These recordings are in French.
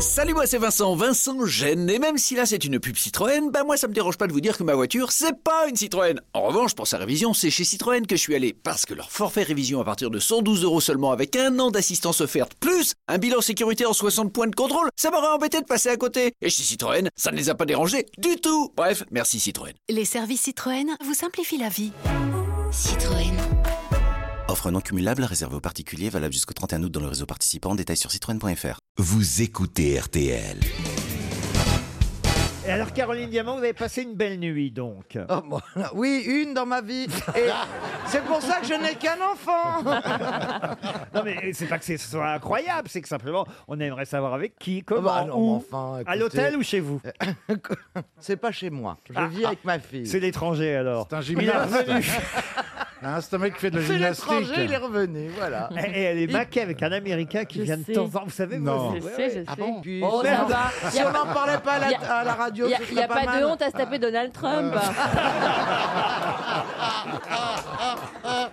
Salut, moi c'est Vincent, Vincent Gêne. Et même si là c'est une pub Citroën, bah moi ça me dérange pas de vous dire que ma voiture c'est pas une Citroën. En revanche, pour sa révision, c'est chez Citroën que je suis allé parce que leur forfait révision à partir de 112 euros seulement avec un an d'assistance offerte plus un bilan sécurité en 60 points de contrôle, ça m'aurait embêté de passer à côté. Et chez Citroën, ça ne les a pas dérangés du tout. Bref, merci Citroën. Les services Citroën vous simplifient la vie. Citroën. Offre non cumulable réservée aux particuliers valable jusqu'au 31 août dans le réseau participant. Détails sur citroën.fr. Vous écoutez RTL. Et alors, Caroline Diamant, vous avez passé une belle nuit, donc. Oh, moi, là, Oui, une dans ma vie. Et c'est pour ça que je n'ai qu'un enfant. Non, mais c'est pas que c'est- ce soit incroyable, c'est que simplement, on aimerait savoir avec qui, comment, Ah bah non, où. mais enfin, à écoutez. l'hôtel ou chez vous C'est pas chez moi. Je Ah, vis avec ma fille. C'est l'étranger, alors. C'est un Il est gymnaste. revenu. Hein, c'est un mec qui fait de la C'est gymnastique. l'étranger, il est revenu, voilà. Et et elle est maquée avec un Américain qui Je vient de sais. temps en temps. Vous savez, vous Non. aussi. Je Ouais, sais, ouais. je sais. Puis, Oh, merde, non. hein, si on n'en parlait pas à la, Y a- à la radio, Il ce n'y a, serait pas, mal. de honte à se taper Donald Trump. Euh.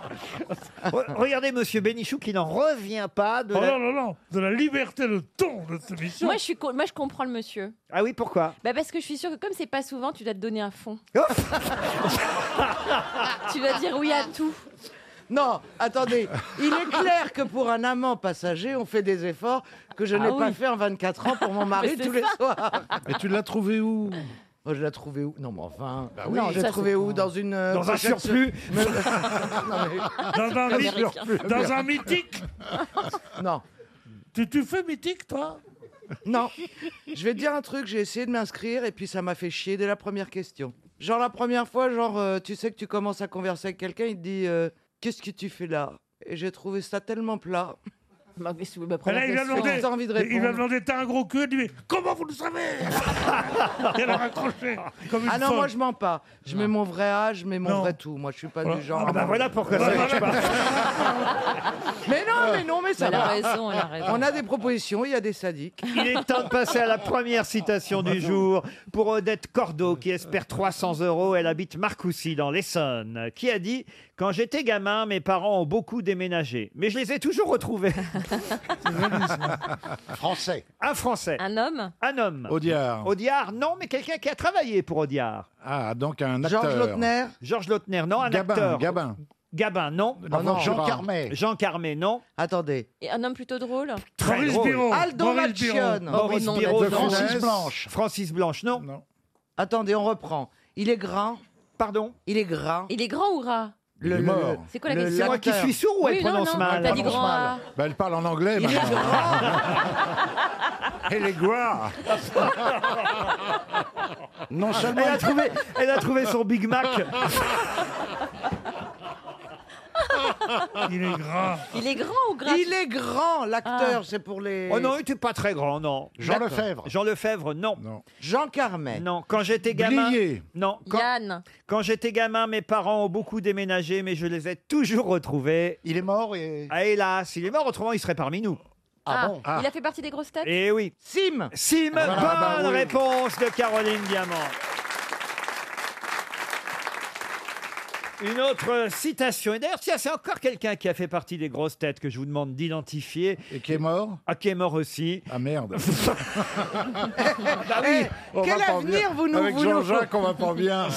Re- Regardez Monsieur Bénichou qui n'en revient pas de. Oh la- non, non, non, de la liberté de ton de cette émission. moi, je suis, co- moi, je comprends le monsieur. Ah oui, pourquoi Bah, parce que je suis sûre que comme c'est pas souvent, tu dois te donner un fond. Oh. tu dois dire oui à tout. Non, attendez. Il est clair que pour un amant passager, on fait des efforts que je Ah n'ai pas oui. fait en 24 ans pour mon mari Mais tous c'est les soirs. Et tu l'as trouvé où Moi, je l'ai trouvé où Non, mais enfin. oui. non, je l'ai Ça, trouvé c'est où pas- Dans une. euh, Dans un pochette sur- surplus. Mais- non, Dans un, mythe- Américain. dans un mythique. mais- non. Tu, tu fais mythique, toi Non. Je vais te dire un truc, j'ai essayé de m'inscrire et puis ça m'a fait chier dès la première question. Genre la première fois, genre euh, tu sais que tu commences à converser avec quelqu'un, il te dit euh, qu'est-ce que tu fais là Et j'ai trouvé ça tellement plat. Bah, mais c'est- bah, Et prends la Là, il va question. demander. J'ai envie de Il va répondre. demander t'as un gros cul. Il dit comment vous le savez Et elle a raccroché. Comme une Ah non, folle. moi je mens pas. Je mets mon vrai âge, je mets mon Non. vrai tout. Moi je suis pas Voilà. du genre. Ah bah voilà pourquoi ça marche pas. Mais non, mais non, mais ça Elle a va. raison, elle a raison. On a des propositions, il y a des sadiques. Il est temps de passer à la première citation du jour pour Odette Cordeau qui espère 300 euros. Elle habite Marcoussis dans l'Essonne qui a dit « Quand j'étais gamin, mes parents ont beaucoup déménagé, mais je les ai toujours retrouvés. Français. » Un Français, Un homme un homme. Audiard. Audiard, non, mais quelqu'un qui a travaillé pour Audiard. Ah, donc un acteur. Georges Lautner, Georges Lautner, non. Un Gabin, acteur. Gabin. Gabin, non. Ah non, Jean Carmet. Jean Carmé, non. attendez. Et Un homme plutôt drôle Très Maurice drôle. Biro. Aldo Maurice Biro. Machione. Maurice non, on a Biro, dit non. Francis Francis Blanche. Francis Blanche, non. Non. Attendez, on reprend. Il est grand, Pardon. il est grand. Il est grand ou rat Il est mort. C'est quoi la Le- question C'est moi qui l'acteur. suis sourd ou elle Oui, non, prononce non, mal t'as dit prononce grand mal. A. Bah, elle parle en anglais Il est maintenant. grand. Elle est gras. non seulement. Elle a trouvé, elle a trouvé son Big Mac. Il est gras. Il est grand Ah. ou gras Il est grand, l'acteur, c'est pour les. Oh non, il était pas très grand, non. Jean Lefebvre. Jean Lefebvre, non. Non. Jean Carmet. Non, quand j'étais gamin. Blier. Non, quand, Yann quand j'étais gamin, mes parents ont beaucoup déménagé, mais je les ai toujours retrouvés. Il est mort et. Ah, hélas, il est mort, autrement il serait parmi nous. Ah, Ah. Il a fait partie des grosses têtes Eh oui. Sim. Sim, Ah, bah bonne oui. réponse de Caroline Diamant. Une autre citation. Et d'ailleurs, tiens, c'est encore quelqu'un qui a fait partie des grosses têtes que je vous demande d'identifier. Et qui est mort Ah, qui est mort aussi. Ah merde. Ah Bah oui. On Eh, Quel va pas avenir bien. vous nous- Ah, Avec vous nous- Jean-Jacques, on va pas bien.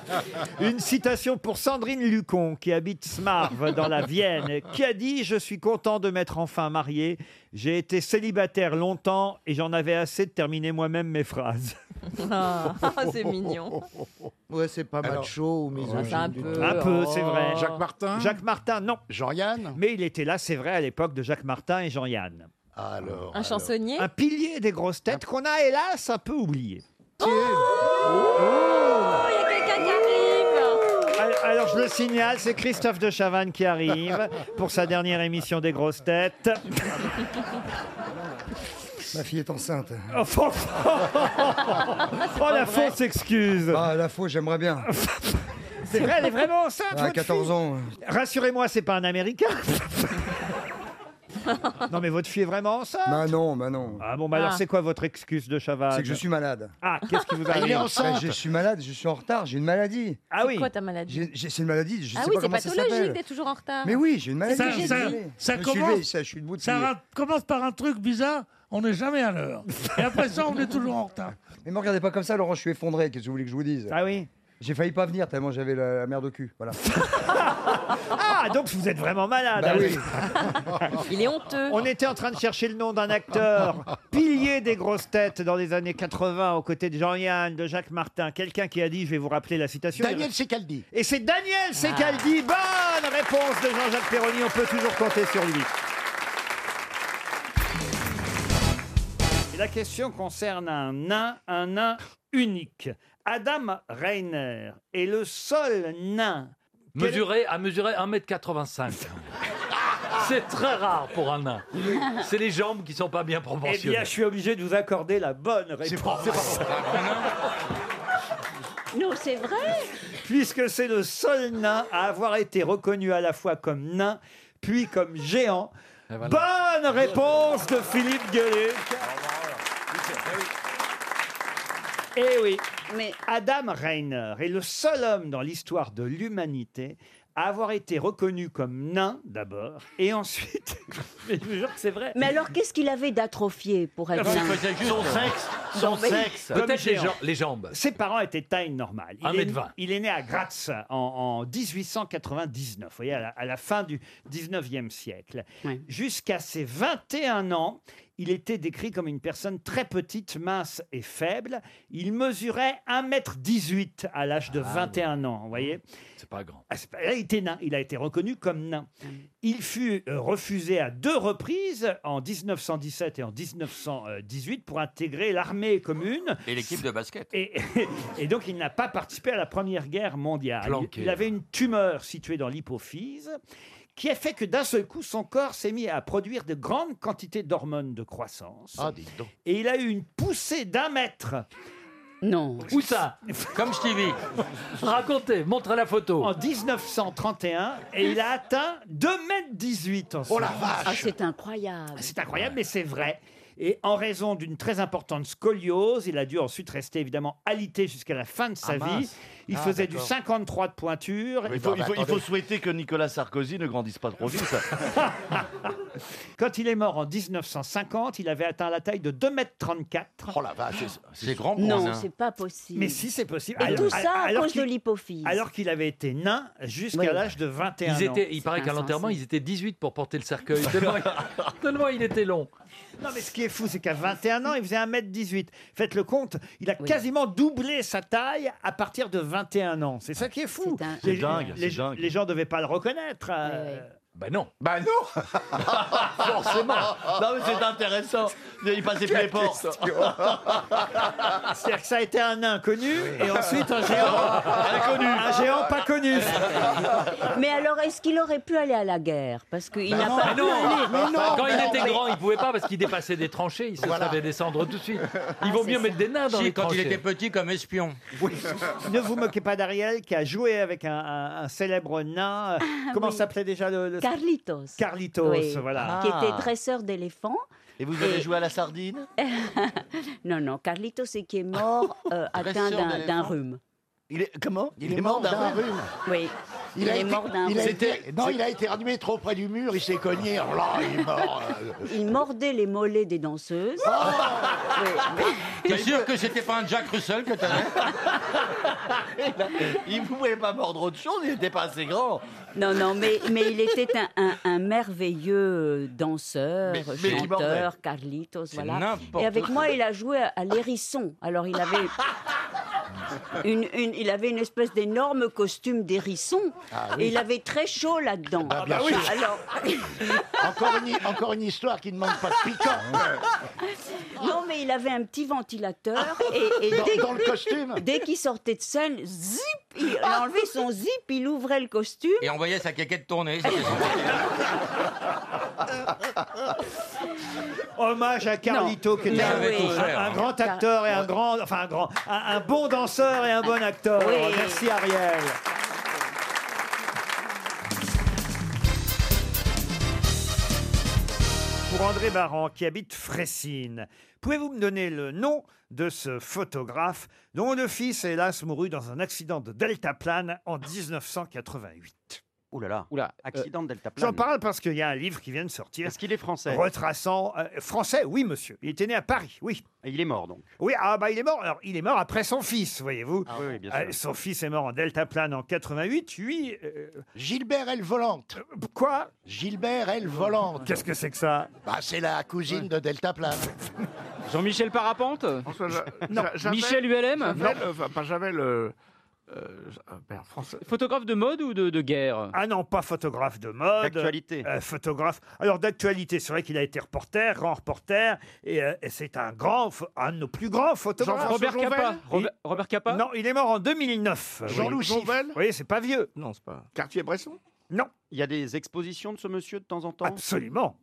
Une citation pour Sandrine Lucon, qui habite Smarve, dans la Vienne, qui a dit « Je suis content de m'être enfin marié. J'ai été célibataire longtemps et j'en avais assez de terminer moi-même mes phrases. Ah, C'est mignon. Ouais, c'est pas Alors, macho ou Ah, misogyne. c'est un du peu. tout. Un peu, c'est vrai. Oh. Jacques Martin Jacques Martin, non. Jean-Yann Mais il était là, c'est vrai, à l'époque de Jacques Martin et Jean-Yann. Alors. Un chansonnier Un pilier des grosses têtes qu'on a, hélas, un peu oublié. Oh, il y a quelqu'un qui arrive Al- Alors, je le signale, c'est Christophe de Chavannes qui arrive pour sa dernière émission des grosses têtes. Ma fille est enceinte. Oh, Ah, la fausse excuse Ah, Ah, la faux, j'aimerais bien. C'est vrai, elle est vraiment enceinte À votre 14 fille ans. Rassurez-moi, c'est pas un Américain. Non, mais votre fille est vraiment enceinte Bah non, bah non. Ah bon, bah alors Ah. c'est quoi votre excuse de Chaval C'est que je suis malade. Ah, qu'est-ce qui vous arrive Bah, Je suis malade, je suis en retard, j'ai une maladie. Ah C'est quoi ta maladie J'ai- j'ai- C'est une maladie, je Ah sais oui, pas c'est comment ça pathologique, s'appelle. t'es toujours en retard. Mais oui, j'ai une maladie. C'est ce que je suis j'ai désolé. dit. Je Ça me suis levé, commence, ça, je suis debout depuis- ça ra- commence par un truc bizarre, on n'est jamais à l'heure. Et après ça, on est toujours en retard. Mais me regardez pas comme ça, Laurent, je suis effondré. Qu'est-ce que vous voulez que je vous dise Ah oui J'ai failli pas venir tellement j'avais la, la merde au cul. Voilà. Ah, donc vous êtes vraiment malade Bah alors. oui. Il est honteux. On était en train de chercher le nom d'un acteur, pilier des grosses têtes dans les années 80, aux côtés de Jean-Yann, de Jacques Martin. Quelqu'un qui a dit, je vais vous rappeler la citation. bah Daniel Secaldi. Et c'est Ah. Daniel Secaldi. Ah. Bonne réponse de Jean-Jacques Perroni. On peut toujours compter sur lui. Et la question concerne un nain, un nain unique. Adam Reiner est le seul nain. Quel- Mesuré à mesurer 1m85. C'est très rare pour un nain. C'est les jambes qui sont pas bien Eh proportionnées. bien, je suis obligé de vous accorder la bonne réponse. Non, c'est vrai. puisque c'est le seul nain à avoir été reconnu à la fois comme nain puis comme géant. Bonne réponse de Philippe Gueulé. Eh oui. Mais Adam Reiner est le seul homme dans l'histoire de l'humanité à avoir été reconnu comme nain d'abord et ensuite. Mais je vous jure que c'est vrai. Mais alors, qu'est-ce qu'il avait d'atrophié pour être nain Son sexe, son sexe. Comme Peut-être les, géant. gens- les jambes. Ses parents étaient de taille normale. Il, 1m20. Est, il est né à Graz en, en 1899, vous voyez, à la, à la fin du 19e siècle. Jusqu'à ses 21 ans, il était décrit comme une personne très petite, mince et faible. Il mesurait 1m18 à l'âge de 21 ans, vous voyez. Ah, C'est pas grand. Ah, c'est pas- Il était nain, il a été reconnu comme nain. Il fut euh, refusé à deux reprises, en 1917 et en 1918, pour intégrer l'armée commune. Et l'équipe de basket. Et, et donc, il n'a pas participé à la Première Guerre mondiale. Il- Planqué. Il avait une tumeur située dans l'hypophyse qui a fait que d'un seul coup, son corps s'est mis à produire de grandes quantités d'hormones de croissance. Ah, dis donc. Et il a eu une poussée d'un mètre. Non. Où ça Comme je t'y vis. Racontez, montre la photo. En 1931, et il a atteint 2,18 m en Oh la Ah, c'est incroyable. C'est incroyable, mais c'est vrai. Et en raison d'une très importante scoliose, il a dû ensuite rester évidemment alité jusqu'à la fin de sa Ah, mince. vie. Il Ah, faisait du d'accord. 53 de pointure. Il faut, il faut- il faut souhaiter que Nicolas Sarkozy ne grandisse pas trop vite. Quand il est mort en 1950, il avait atteint la taille de 2m34. Oh la vache, c'est grand pour Non, un nain. c'est pas possible. Mais si, c'est possible. Et tout ça à cause qu'il- de l'hypophyse. Alors qu'il avait été nain jusqu'à Oui. l'âge de 21 Ils ans. étaient, il paraît qu'à l'enterrement, ils étaient 18 pour porter le cercueil. Tellement, tellement il était long. Non, mais ce qui est fou, c'est qu'à 21 ans, il faisait 1m18. Faites le compte, il a quasiment doublé sa taille à partir de 21 ans. C'est ça qui est fou. C'est dingue, Les, c'est dingue. les gens ne devaient pas le reconnaître. euh, Bah non. Bah non Forcément Non mais c'est intéressant Il passait plus les portes C'est-à-dire que ça a été un inconnu et ensuite un géant. Inconnu. Un géant pas connu. Mais alors, est-ce qu'il aurait pu aller à la guerre Parce qu'il Bah n'a pas Mais pu non. aller. Quand il était Mais- grand, il pouvait pas parce qu'il dépassait des tranchées, il se savait descendre tout de suite. Il vaut mieux mettre des nains dans Si, les quand il tranchées. était petit comme espion. Ne vous moquez pas d'Ariel qui a joué avec un, un- un célèbre nain. euh, Comment s'appelait déjà le, le- Carlitos. Carlitos, Ah, Oui. voilà. Ah. Qui Ah. était dresseur d'éléphants. Et vous avez joué à la sardine Non, non, Carlitos, c'est qui est mort euh, atteint Dresseur d'un- d'un d'éléphants. rhume. Il est comment Il est mort d'un rhume. Oui. Il, a est été- mort d'un il a rhume. été- Non, il a été ramené trop près du mur, il s'est cogné. Oh là, il est mort. Ah Il mordait les mollets des danseuses. T'es sûr que c'était pas un Jack Russell que t'avais Il ne pouvait pas mordre autre chose, il n'était pas assez grand Non, non, mais, mais il était un, un- un merveilleux danseur, Mais- mais qui mordait. chanteur, Carlitos, voilà. n'importe Et avec quoi. moi, il a joué à, à l'hérisson. Alors, il avait une, une- il avait une espèce d'énorme costume d'hérisson. Ah oui. Et il avait très chaud là-dedans. Ah, bien sûr. Alors, Encore une, encore une histoire qui ne manque pas de piquant. non, mais il avait un petit ventilateur. Et, et Dans- dès, dans le costume Dès qu'il sortait de scène, zip, il Ah. enlevait son zip, il ouvrait le costume. Et on voyait sa caquette tourner. c'était son- Hommage à Carlito, qui était Il Ah un, avait tout un- fait, un hein. grand acteur et un grand, enfin un grand, un, un bon danseur et un bon acteur. Oui. Merci Ariel. pour André Baran qui habite Fressines. Pouvez-vous me donner le nom de ce photographe dont le fils, hélas, mourut dans un accident de deltaplane en 1988 Ouh là là. Accident de deltaplane. J'en parle parce qu'il y a un livre qui vient de sortir. Est-ce qu'il est français Retraçant. euh, français, oui, monsieur. Il était né à Paris, oui. Et il est mort donc. Oui, ah bah il est mort. Alors, il est mort après son fils, voyez-vous. Euh, Ah oui, oui, bien sûr. son fils est mort en deltaplane en 88. Lui. euh, Gilbert elle volante. Quoi Euh, Gilbert elle volante. Qu'est-ce que c'est que ça Bah c'est la cousine de Delta Plane. Jean-Michel Parapente Non. Michel ULM pas Javel. euh, euh, ah, merde, français. Photographe de mode ou de, guerre Ah non, pas photographe de mode. D'actualité. Euh, photographe. Alors d'actualité, c'est vrai qu'il a été reporter, grand reporter, et, euh, et c'est un grand, pho- un de nos plus grands photographes. Jean-François Robert Jonvel Capa. Robert- Il- Non, il est mort en 2009. Jean-Louis Jonvel. Oui, c'est pas vieux. Non, c'est pas. Cartier-Bresson Non. Il y a des expositions de ce monsieur de temps en temps Euh, Absolument.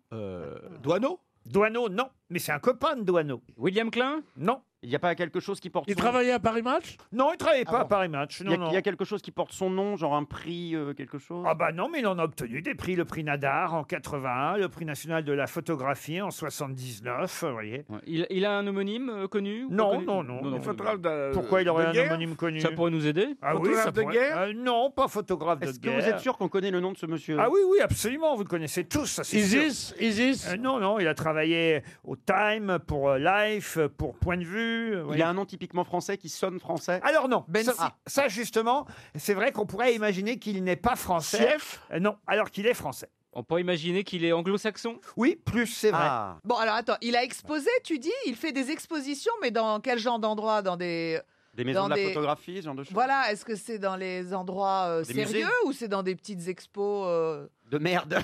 Douaneau Douaneau, non. Mais c'est un copain de Douaneau. William Klein Non. Il n'y a pas quelque chose qui porte Il travaillait à Paris Match Non, il travaillait pas Ah bon. à Paris Match. Il y, a, Non, non. il y a quelque chose qui porte son nom, genre un prix, euh, quelque chose Ah bah non, mais il en a obtenu des prix. Le prix Nadar en 81, le prix national de la photographie en 79, vous voyez. il, a un homonyme euh, connu Non, non, non. Un photographe de- Pourquoi il aurait de un guerre homonyme connu Ça pourrait nous aider Euh, Ah oui, Photographe ça de pourrait- guerre Euh, Non, pas photographe de Est-ce que guerre. vous êtes sûr qu'on connaît le nom de ce monsieur Ah oui, oui, absolument, vous le connaissez tous, ça c'est Isis, sûr. Isis Non, non, il a travaillé au Time, pour euh, Life, pour Point de Vue. Il a un nom typiquement français qui sonne français. Ben Alors non, ça, ah, ça, justement, c'est vrai qu'on pourrait imaginer qu'il n'est pas français. Euh, Non, alors qu'il est français. On peut imaginer qu'il est anglo-saxon Oui, plus c'est vrai. Bon, alors attends, il a exposé, tu dis, il fait des expositions, mais dans quel genre d'endroit Dans des. Des maisons dans de la photographie, ce genre de choses. Voilà, est-ce que c'est dans les endroits euh, Des sérieux musées ou c'est dans des petites expos euh, De merde.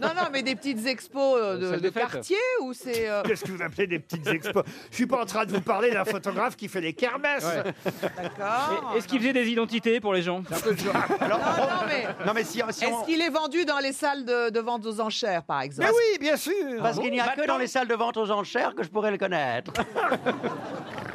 Non, non, mais des petites expos euh, Salle de, de de fête. quartier ou c'est. euh, Qu'est-ce que vous appelez des petites expos Je suis pas en train de vous parler d'un photographe qui fait les kermesses. D'accord. Est-ce qu'il faisait des identités pour les gens Non, mais. Non mais si, si on- Est-ce qu'il est vendu dans les salles de, de vente aux enchères, par exemple Mais oui, bien sûr. Parce qu'il n'y a que dans les salles de vente aux enchères que je pourrais le connaître.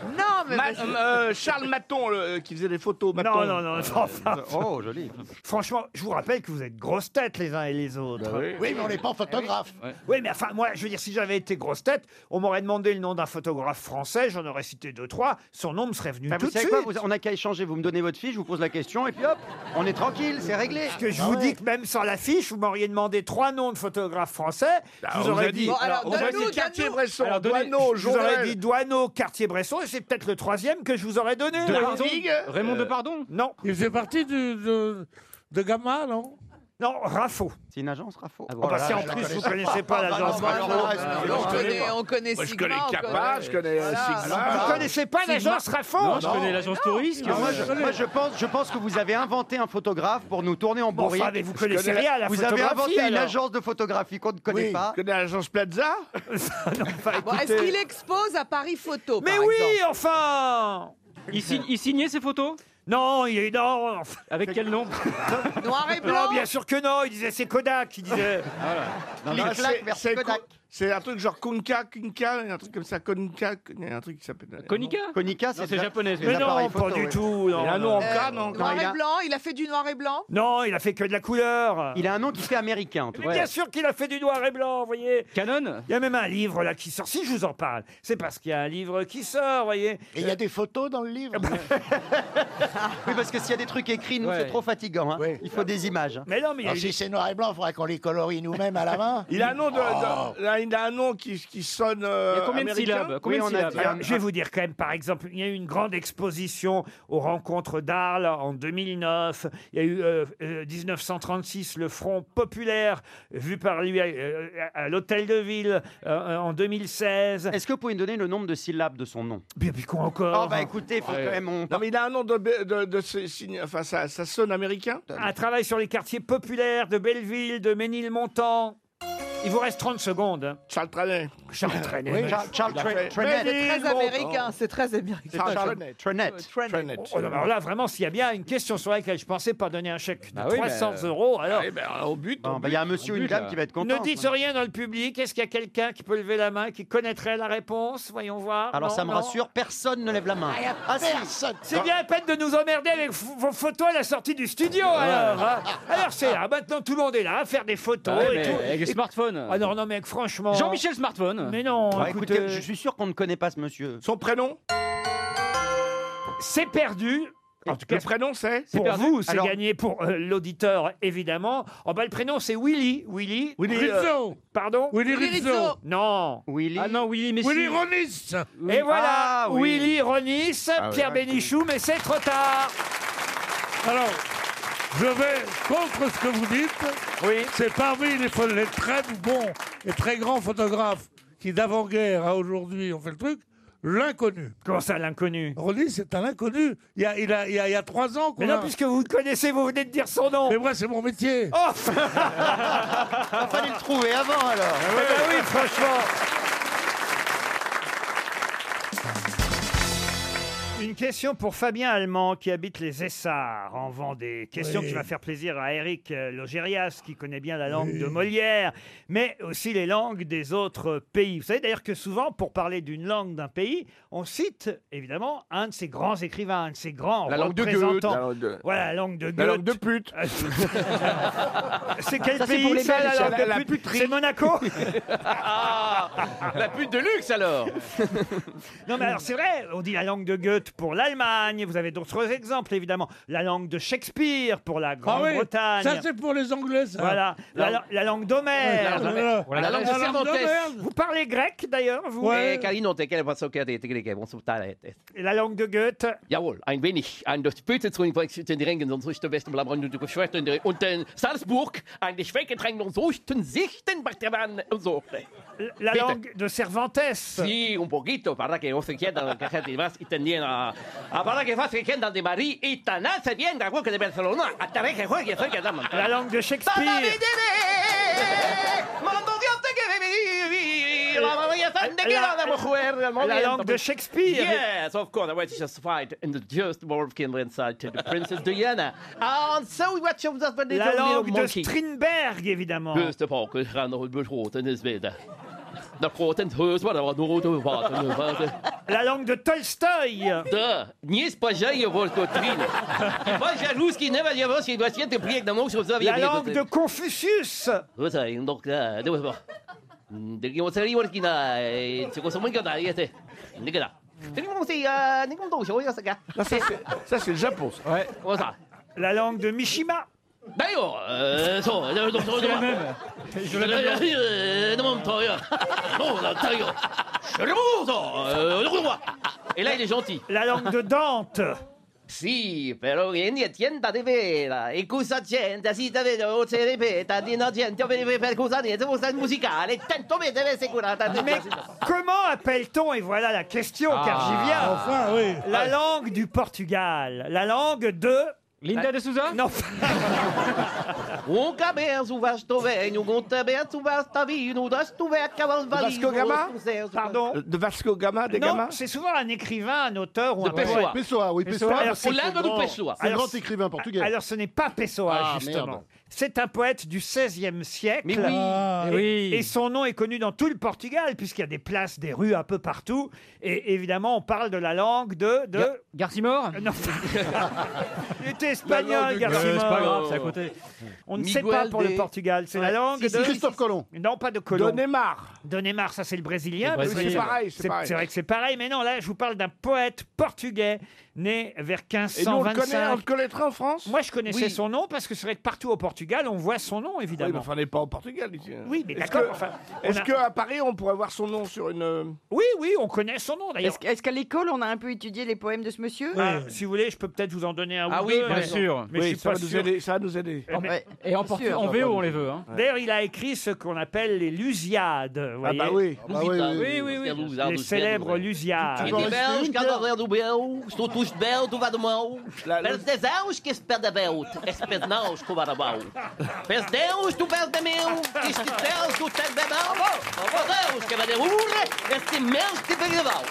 Non, mais. Ma- parce que- euh, Charles Maton le- qui faisait des photos. Maton. Non, non, non, non, enfin. Oh, joli. Franchement, je vous rappelle que vous êtes grosses têtes les uns et les autres. Bah oui. Oui, mais on n'est pas photographe. Eh Oui. Oui, mais enfin, moi, je veux dire, si j'avais été grosse tête, on m'aurait demandé le nom d'un photographe français, j'en aurais cité deux, trois, son nom me serait venu Bah, tout vous de savez suite. quoi vous- On n'a qu'à échanger. Vous me donnez votre fiche, je vous pose la question et puis hop, on est tranquille, c'est réglé. Bah Parce que je vous dis que même sans l'affiche, vous m'auriez demandé trois noms de photographes français. je vous Bah, on vous aurais a dit- dit, Bon, alors, on vous a dit donne-nous, Cartier-Bresson, Alors, donnez- Douaneau, Je vous aurais Jonel. dit Douaneau, Cartier-Bresson, et c'est peut-être le troisième que je vous aurais donné. De Alors, Radig, Raymond euh, Depardon Non. Il faisait partie du- de, de Gamma, non Non, Raffo. C'est une agence, Raffo. Oh Oh, Ah bah, si en plus vous connaissez pas Ah, l'agence bah, Raffo. on connaît, on connaît Moi, je Sigma, connais on Kappa, je connais euh, Sigma. Vous connaissez pas l'agence Raffo Non, je connais l'agence touriste. moi, je, moi, je pense, je pense que vous avez inventé un photographe pour nous tourner en bourrique. enfin, mais vous Je connaissez connais- rien à la Vous avez photographie, inventé une alors. agence de photographie qu'on ne connaît Oui, pas. je connais l'agence Plaza. Bon, est-ce qu'il expose à Paris Photo Mais par Eh oui, exemple enfin Il, signait ses photos Non, il est non. Avec quel nom Noir et blanc Non, bien sûr que non. Il disait c'est Kodak. Il disait. Ah, Non, non, Clic, c'est- clac, c'est con- C'est un truc genre Kunka, Kunka, un truc comme ça, Konka, il y a un truc qui s'appelle. euh, Konica, c'est japonais, les Mais non, appareils pas photo, du oui. tout. Non, Il a un nom non. en cas, non Noir Non, il et a- blanc, il a fait du noir et blanc Non, il a fait que de la couleur. Il a un nom qui fait américain. tu Mais vois. bien sûr qu'il a fait du noir et blanc, vous voyez. Canon Il y a même un livre là qui sort. Si je vous en parle, c'est parce qu'il y a un livre qui sort, vous voyez. Ah, bah. Et il y a des photos dans le livre. Oui, parce que s'il y a des trucs écrits, nous, Ouais. c'est trop fatigant. hein. Il faut des images. hein. Mais non, mais il y a Alors, eu si des- c'est noir et blanc, il faudrait qu'on les colorie nous-mêmes à la main. Il a un nom, de, de- là, il a un nom qui, qui sonne. euh, Il y a combien de américain syllabes Combien Oui, de on a syllabes dit un- Alors, Ah, je vais vous dire quand même, par exemple, il y a eu une grande exposition aux rencontres d'Arles en 2009. Il y a eu euh, euh, 1936 le Front populaire vu par lui à, euh, à l'Hôtel de Ville euh, en 2016. Est-ce que vous pouvez me donner le nombre de syllabes de son nom Bien, puis quoi encore Oh, bah écoutez, faut quand même. on- Non, mais il a un nom de. de, de, ce signe- enfin, ça, ça sonne américain. Un travail sur les quartiers populaires de Belleville, de Ménilmontant. Il vous reste 30 secondes. hein. Charles Trenet. Charles Trenet. Oui, Charles, Charles Il a fait- Tre- Trenet. C'est très américain, c'est très américain. Charles Charles Trenet. Euh, Trennet. Trenet. Oh, non, mais alors là, vraiment, s'il y a bien une question sur laquelle je pensais pas donner un chèque de Bah oui, 300 mais, euh, euros, alors Eh ben, au but. Bon, au bah, but. il y a un monsieur ou une but, euh, dame là. qui va être content. Ne dites rien dans le public. Est-ce qu'il y a quelqu'un qui peut lever la main, qui connaîtrait la réponse Voyons voir. Alors Non, ça me non. rassure, personne ne lève la main. Ah, si. C'est bien la peine de nous emmerder avec f- vos photos à la sortie du studio, alors. hein. Alors c'est là. ah, Maintenant, tout le monde est là à faire des photos Ouais, et mais tout. Avec les Et- smartphones. Smartphone. Ah non, non, mec, franchement. Jean-Michel Smartphone. Mais non, Bah, Ouais, écoute, écoute, euh, je suis sûr qu'on ne connaît pas ce monsieur. Son prénom C'est perdu. En tout Le prénom, c'est Pour perdu. vous, c'est Alors- gagné pour euh, l'auditeur, évidemment. En bas, le prénom, c'est Willy. Willy. Willy, euh, Rizzo. Pardon Willy Willy Rizzo. Rizzo. Non. Willy. Ah non, Willy, Messi. Willy Ronis. Et voilà, Ah, oui. Willy Ronis, Ah oui. Pierre Bénichou, mais c'est trop tard. Alors, je vais contre ce que vous dites. Oui. C'est parmi les, pho- les très bons et très grands photographes qui, d'avant-guerre à aujourd'hui, ont fait le truc. L'inconnu. Comment ça, l'inconnu Rodin, c'est un inconnu. Il y a, il a, il y a, il y a trois ans qu'on Mais non, a- puisque vous le connaissez, vous venez de dire son nom. Mais moi, c'est mon métier. Oh fallait le trouver avant alors. Eh ben oui, franchement. Une question pour Fabien Allemand qui habite les Essarts en Vendée. Question Oui. qui va faire plaisir à Eric euh, Logérias qui connaît bien la langue de Molière, mais aussi les langues des autres pays. Vous savez d'ailleurs que souvent, pour parler d'une langue d'un pays, on cite évidemment un de ses grands écrivains, un de ses grands La langue de Goethe. représentants. La langue de- Voilà, la langue de Goethe. La langue de pute. c'est quel Ça, c'est pays pour les ça, Belges, la langue la- de la pute puterie. C'est Monaco Ah, La pute de luxe alors. Non mais alors c'est vrai, on dit la langue de Goethe pour l'Allemagne, vous avez d'autres exemples évidemment, la langue de Shakespeare pour la Ah oui, Grande-Bretagne. Ça, c'est pour les Anglais, ça. Voilà, la, la- la langue d'Homère. Oui, la- la- Voilà, la la langue langue de Cervantes. d'Homère. Vous parlez grec d'ailleurs, vous Euh, Ouais. Karino, t'es quelle personne qui a été grec, bon, c'est pas Et La langue de Goethe. Jawohl, ein wenig. Ein durch die Pütze zu den Ringen, sonst ist der Westen blablabla und die Schwester in der- und in Salzburg, ein Geschweck getränkt und so ist den Sichten Barteran und so. La Bitte. langue de Cervantes. Sí, un poquito, para que no se quieran, que gente más y tendrían a... a para que más se quieran de Marí y tan hace bien, a que de Barcelona, hasta que se juegue, se quedan. La langue de Shakespeare. La langue de Shakespeare. Yes, of course. I was just fight in the just war of kindred side to the Princess Diana. Ah, And so we watch of that little La langue de monkey. Strindberg évidemment. Böste pake, rann och beskjuten i svede. När kåten tös var det var något och vatten och vatten. La langue de Tolstoï. Да, не спожай его, что трина. Ваша русский не возьмешь, и вообще ты приедешь домой, чтобы La langue de Confucius. Слушай, ну да, давай, давай. Дорогие вот смотри, Оркина, э, чего со мной года, это, никогда. Ты не можешь, э, не можешь, что я сказал. Ça, c'est le Japon. ça. Вот так. La langue de Mishima. D'ailleurs, euh, ça, euh, donc, donc, donc, Je la mets dans- Euh, non, non, d'ailleurs. Non, non, d'ailleurs. C'est le bon, ça. Euh, non, non. Et là, il est gentil. La langue de Dante. Sì, però vieni e tienta di vera, e cosa gente si deve non si ripeta, di no gente per, per cosa niente, cosa musicale, tanto me deve assicurata. Mais comment appelle-t-on, et voilà la question, Ah. car j'y viens, Enfin, oui. la langue du Portugal, la langue de... Linda de Souza Non, Un cabezo vasto venho, un cabezo vasta vino, dasto vecca valvalizo. Vasco Gama Pardon De Vasco Gama, des non Gama c'est souvent un écrivain, un auteur ou De un Pessoa. poète. Pessoa, oui, Pessoa. Alors, C'est c'est- l'Inde ou Pessoa C'est le Alors, grand écrivain portugais. Alors ce n'est pas Pessoa, Ah, merde. justement. C'est un poète du XVIe siècle. Mais oui. Ah, et, oui. et son nom est connu dans tout le Portugal, puisqu'il y a des places, des rues un peu partout. Et évidemment, on parle de la langue de... de... Garcimore Non. Il était espagnol, Garcimore. Oh. On ne sait Miguel pas pour de- le Portugal. C'est la Ouais. langue Si, si, de Christophe Colomb. Non, pas de Colomb. Donemar. Donemar, ça c'est le brésilien. Le parce que- Brésil. C'est pareil, c'est pareil. vrai que c'est pareil, mais non, là je vous parle d'un poète portugais né vers Et nous, on le, 1525. connaît, on le connaîtra en France Moi je connaissais Oui. Ah son nom parce que c'est vrai que partout au Portugal on voit son nom Oui, mais évidemment. enfin, on n'est pas au Portugal ici. Oui, mais Est-ce d'accord, que- enfin, on Est-ce a- qu'à Paris, on pourrait voir son nom sur une. Oui, oui, on connaît son nom d'ailleurs. Est-ce que- est-ce qu'à l'école, on a un peu étudié les poèmes de ce monsieur Ah, si vous voulez, je peux peut-être vous en donner un Ah ou oui, deux, bien mais- sûr. Mais Oui, je suis ça pas va nous sûr. Eh, aider, ça va nous aider. Mais- Ouais. Et en portu- en VO, on les veut, hein. D'ailleurs, il a écrit ce qu'on appelle les Lusiades. vous voyez. bah oui. Ah bah oui, oui, oui. Les célèbres Lusiades. E de Deus, então. cada vez do meu, estou tu esbel, tu vai do mal. Pés Deus, que se perde a belt, que se perde não, que vai a mal. Pés Deus, tu perde meu, que se Deus, tu te de mal. Oh Deus, que vai de ura, esse meu, que perde a mal.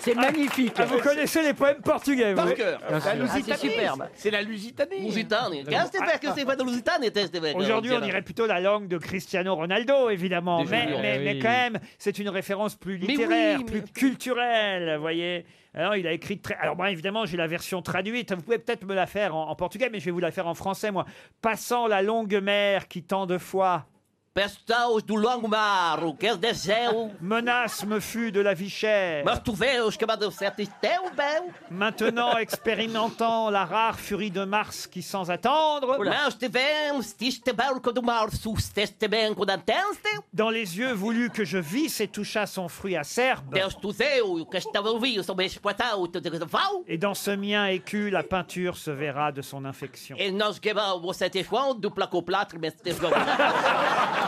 C'est magnifique. Ah, vous connaissez les poèmes portugais, Par vous Ah, cœur. Bien sûr. é C'est la Lusitanie. Lusitanie. Qu'est-ce que c'est que c'est pas de Lusitanie, qu'est-ce que c'est? Ah, Aujourd'hui, on dirait plutôt la langue de Cristiano Ronaldo, évidemment. Des Mais, joueurs. mais- Eh mais oui. quand même, c'est une référence plus littéraire, plus culturelle, vous voyez. Alors, il a écrit très. Alors, moi, évidemment, j'ai la version traduite. Vous pouvez peut-être me la faire en, en portugais, mais je vais vous la faire en français, moi. Passant la longue mer qui tant de fois Pessoas do longo mar, o que desceu. Menace me fut de la vie chère. Mas tu vês que me deu certo tão bem. Maintenant, expérimentant la rare furie de Mars qui, sans attendre, Mas tivemos, tiste barco do mar, susteste bem com dantense. dans les yeux voulus que je visse et toucha son fruit acerbe, Deus tu deu, e o que estava a ouvir, sou bem explotado, te desaval. et dans ce mien écu, la peinture se verra de son infection. E nós queimamos sete joão, dupla com plâtre, mas te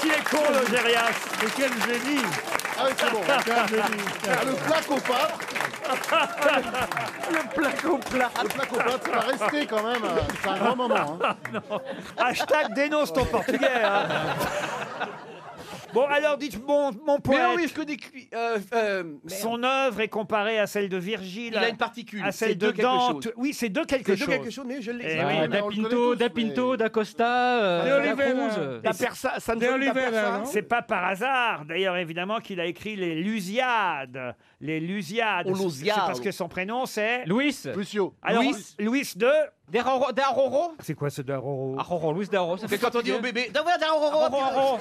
Qui est con, le Gérias Mais quel génie Ah oui, c'est bon, c'est un génie. Ah, le plaque au pâtre. Le plaque au plat. Le plaque au pâtre, ça va rester quand même. euh, C'est un grand moment. hein. Hashtag dénonce ton portugais. hein. Bon, alors dites mon, mon poète. oui, je connais. cui- euh, euh, merde. Son œuvre est comparée à celle de Virgile. Il a une particule, À c'est celle de de quelque Dante. chose. Oui, c'est de quelque C'est chose. de quelque chose, mais je l'ai. Ah, Eh oui. mais on le connaît tous, mais- d'Acosta, euh, De euh, Oliveira. hein. La Cruz. Et Euh, c'est- hein. persa, ça ne De Oliveira, non C'est pas par hasard, d'ailleurs, évidemment, qu'il a écrit les Lusiades. Les Lusiades. Ou C'est- Lusiades. C'est parce que son prénom, c'est. Louis. Lucio. Alors, Louis. Louis de. D'Aroro. C'est quoi ce Daroro Aroro, Louis D'Aroro. Oh, ça Mais fait quand on dit au plaisir. bébé, Aroro.